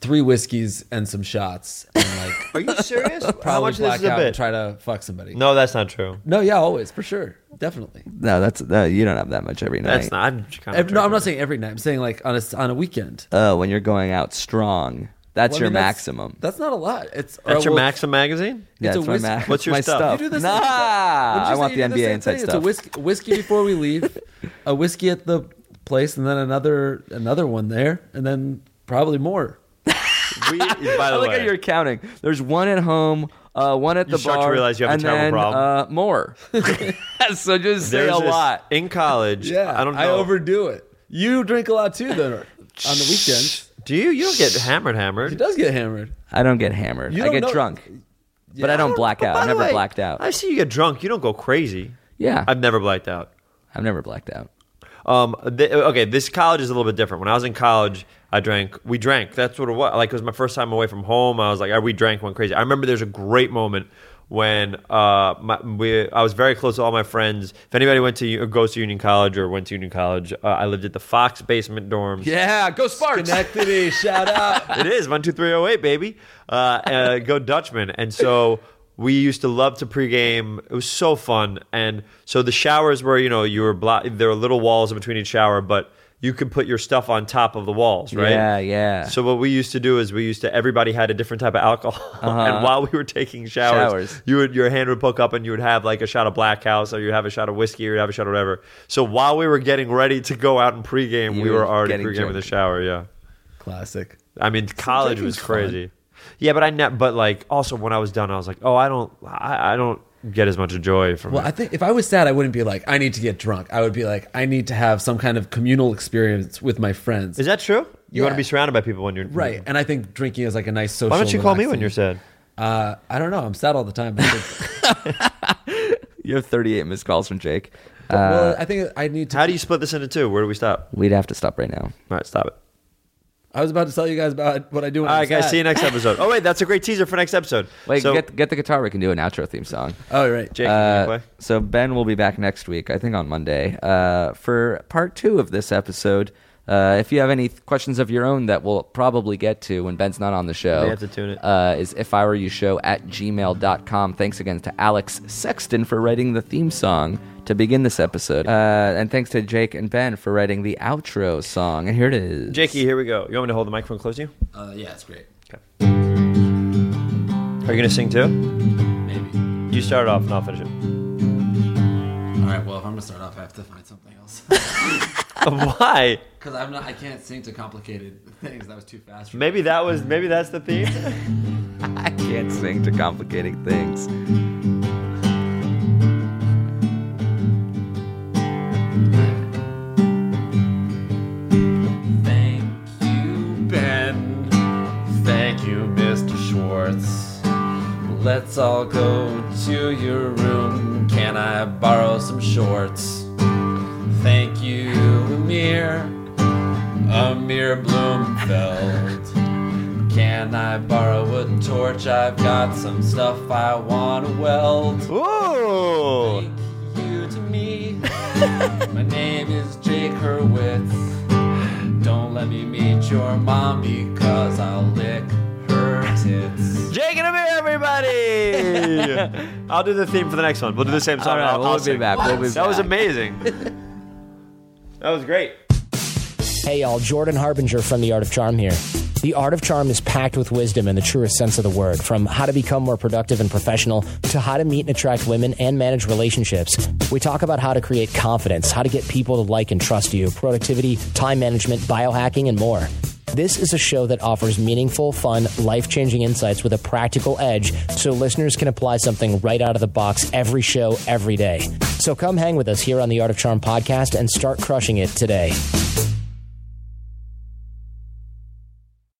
S5: three whiskeys and some shots and like
S4: Are you serious? how
S5: probably
S4: much of this
S5: black
S4: is a
S5: out and
S4: bit?
S5: try to fuck somebody.
S4: no, that's not true.
S5: No, yeah, always for sure, definitely.
S3: No, that's no, you don't have that much every night.
S4: That's not. I'm just kind of
S5: Every, no, I'm
S4: joking.
S5: not saying every night. I'm saying like on a s- on a weekend.
S3: Oh, when you're going out strong, that's
S5: Well, I
S3: your
S5: mean,
S3: maximum.
S5: That's not a lot. It's
S4: That's your
S5: well,
S4: Maxim magazine.
S3: yeah,
S5: it's a
S3: that's my
S5: whis-
S3: max-
S4: What's your
S3: my
S4: stuff?
S3: stuff?
S5: You do the
S3: nah,
S5: same thing. Wouldn't
S3: I
S5: you
S3: want
S5: say
S3: the
S5: you did
S3: NBA
S5: same
S3: inside
S5: thing?
S3: stuff.
S5: It's a whiskey, whiskey before we leave, a whiskey at the place, and then another another one there, and then probably more.
S4: We, by
S3: I
S4: the
S3: look
S4: way,
S3: at your accounting. There's one at home, uh, one at
S4: You
S3: the
S4: start to
S3: bar,
S4: realize you have a
S3: and
S4: terrible
S3: then,
S4: problem.
S3: Uh, more. so just say
S4: there's
S3: a
S4: this-
S3: lot.
S4: in college. I don't. Know.
S5: I overdo it. You drink a lot too, then or- on the weekends.
S4: Do you? You don't get hammered,
S5: He
S4: hammered.
S5: does get hammered.
S3: I don't get hammered.
S5: You
S3: I
S5: don't
S3: get
S5: know-
S3: drunk, but I don't black out.
S4: Oh, By
S3: I
S4: the
S3: never
S4: way,
S3: blacked out.
S4: I see you get drunk. You don't go crazy.
S3: yeah,
S4: I've never blacked out.
S3: I've never blacked out.
S4: Um, th- okay, this college is a little bit different. When I was in college, I drank. We drank. That's what it was. Like it was my first time away from home. I was like, I, we drank one crazy. I remember there's a great moment when uh, my, we, I was very close to all my friends. If anybody went to or goes to Union College or went to Union College, uh, I lived at the Fox basement dorms.
S5: Yeah, go Sparks. Schenectady, shout out.
S4: it is one two three zero eight, baby. Uh, uh, go Dutchman. And so we used to love to pregame. It was so fun. And so the showers were, you know, you were blo- there were little walls in between each shower, but you could put your stuff on top of the walls, right?
S3: Yeah, yeah.
S4: So what we used to do is we used to everybody had a different type of alcohol, and while we were taking showers,
S3: Uh-huh. Showers.
S4: you would your hand would poke up, and you would have like a shot of Black House, or you'd have a shot of whiskey, or you'd have a shot of whatever. So while we were getting ready to go out and pregame,
S3: You
S4: we
S3: were
S4: were already
S3: getting
S4: pregaming in the
S3: drunk.
S4: shower. Yeah.
S5: Classic.
S4: I mean, college was crazy. Yeah, but I ne- but like also when I was done, I was like, oh, I don't, I, I don't get as much joy from
S5: Well,
S4: it.
S5: I think if I was sad, I wouldn't be like, I need to get drunk. I would be like, I need to have some kind of communal experience with my friends.
S4: Is that true? You want to
S5: Yeah.
S4: be surrounded by people when you're
S5: Right, and I think drinking is like a nice social.
S4: Why don't you call me when
S5: relaxing-
S4: you're sad?
S5: Uh, I don't know. I'm sad all the time. I think,
S3: You have 38 missed calls from Jake.
S5: well, I think I need to.
S4: Uh, How do you split this into two? Where do we stop?
S3: We'd have to stop right now.
S4: All right, stop it.
S5: I was about to tell you guys about what I do. When
S4: All
S5: I'm
S4: right, guys,
S5: sad.
S4: see you next episode. Oh wait, that's a great teaser for next episode.
S3: Wait,
S4: so,
S3: get get the guitar. We can do an outro theme song.
S5: Oh, right.
S4: Jake, can you
S3: Uh,
S4: play?
S3: so Ben will be back next week, I think on Monday, uh, for part two of this episode. Uh, if you have any th- questions of your own that we'll probably get to when Ben's not on the show,
S4: May have to tune it.
S3: Uh, is if I were you show at gmail.com. Thanks again to Alex Sexton for writing the theme song to begin this episode. Uh, and thanks to Jake and Ben for writing the outro song. And here it is.
S4: Jakey, here we go. You want me to hold the microphone close to you?
S5: Uh, yeah, it's great.
S4: Are you gonna sing too?
S5: Maybe.
S4: You start off, and I'll finish it.
S5: All right. Well, if I'm gonna start off, I have to find something else
S4: Why?
S5: because I'm not. I can't sing to complicated things. That was too fast. For me.
S4: Maybe that was. Maybe that's the theme.
S3: I can't can't sing to complicating things.
S5: Thank you, Ben. Thank you, Mr. Schwartz. Let's all go to your room. Can I borrow some shorts? Thank you, Amir. Amir Bloomfeld. Can I borrow a torch? I've got some stuff I want to weld.
S4: Whoa!
S5: Thank you to me. My name is Jake Hurwitz. Don't let me meet your mom because I'll lick her tits.
S4: Jake and Amir, everybody! I'll do the theme for the next one. We'll do the same song.
S3: All right,
S4: I'll,
S3: we'll
S4: I'll
S3: be
S4: sing.
S3: back. We'll be
S4: That was
S3: back.
S4: amazing. that was great.
S9: Hey, y'all, Jordan Harbinger from The Art of Charm here. The Art of Charm is packed with wisdom in the truest sense of the word, from how to become more productive and professional to how to meet and attract women and manage relationships. We talk about how to create confidence, how to get people to like and trust you, productivity, time management, biohacking, and more. This is a show that offers meaningful, fun, life changing insights with a practical edge so listeners can apply something right out of the box every show, every day. So come hang with us here on the Art of Charm podcast and start crushing it today.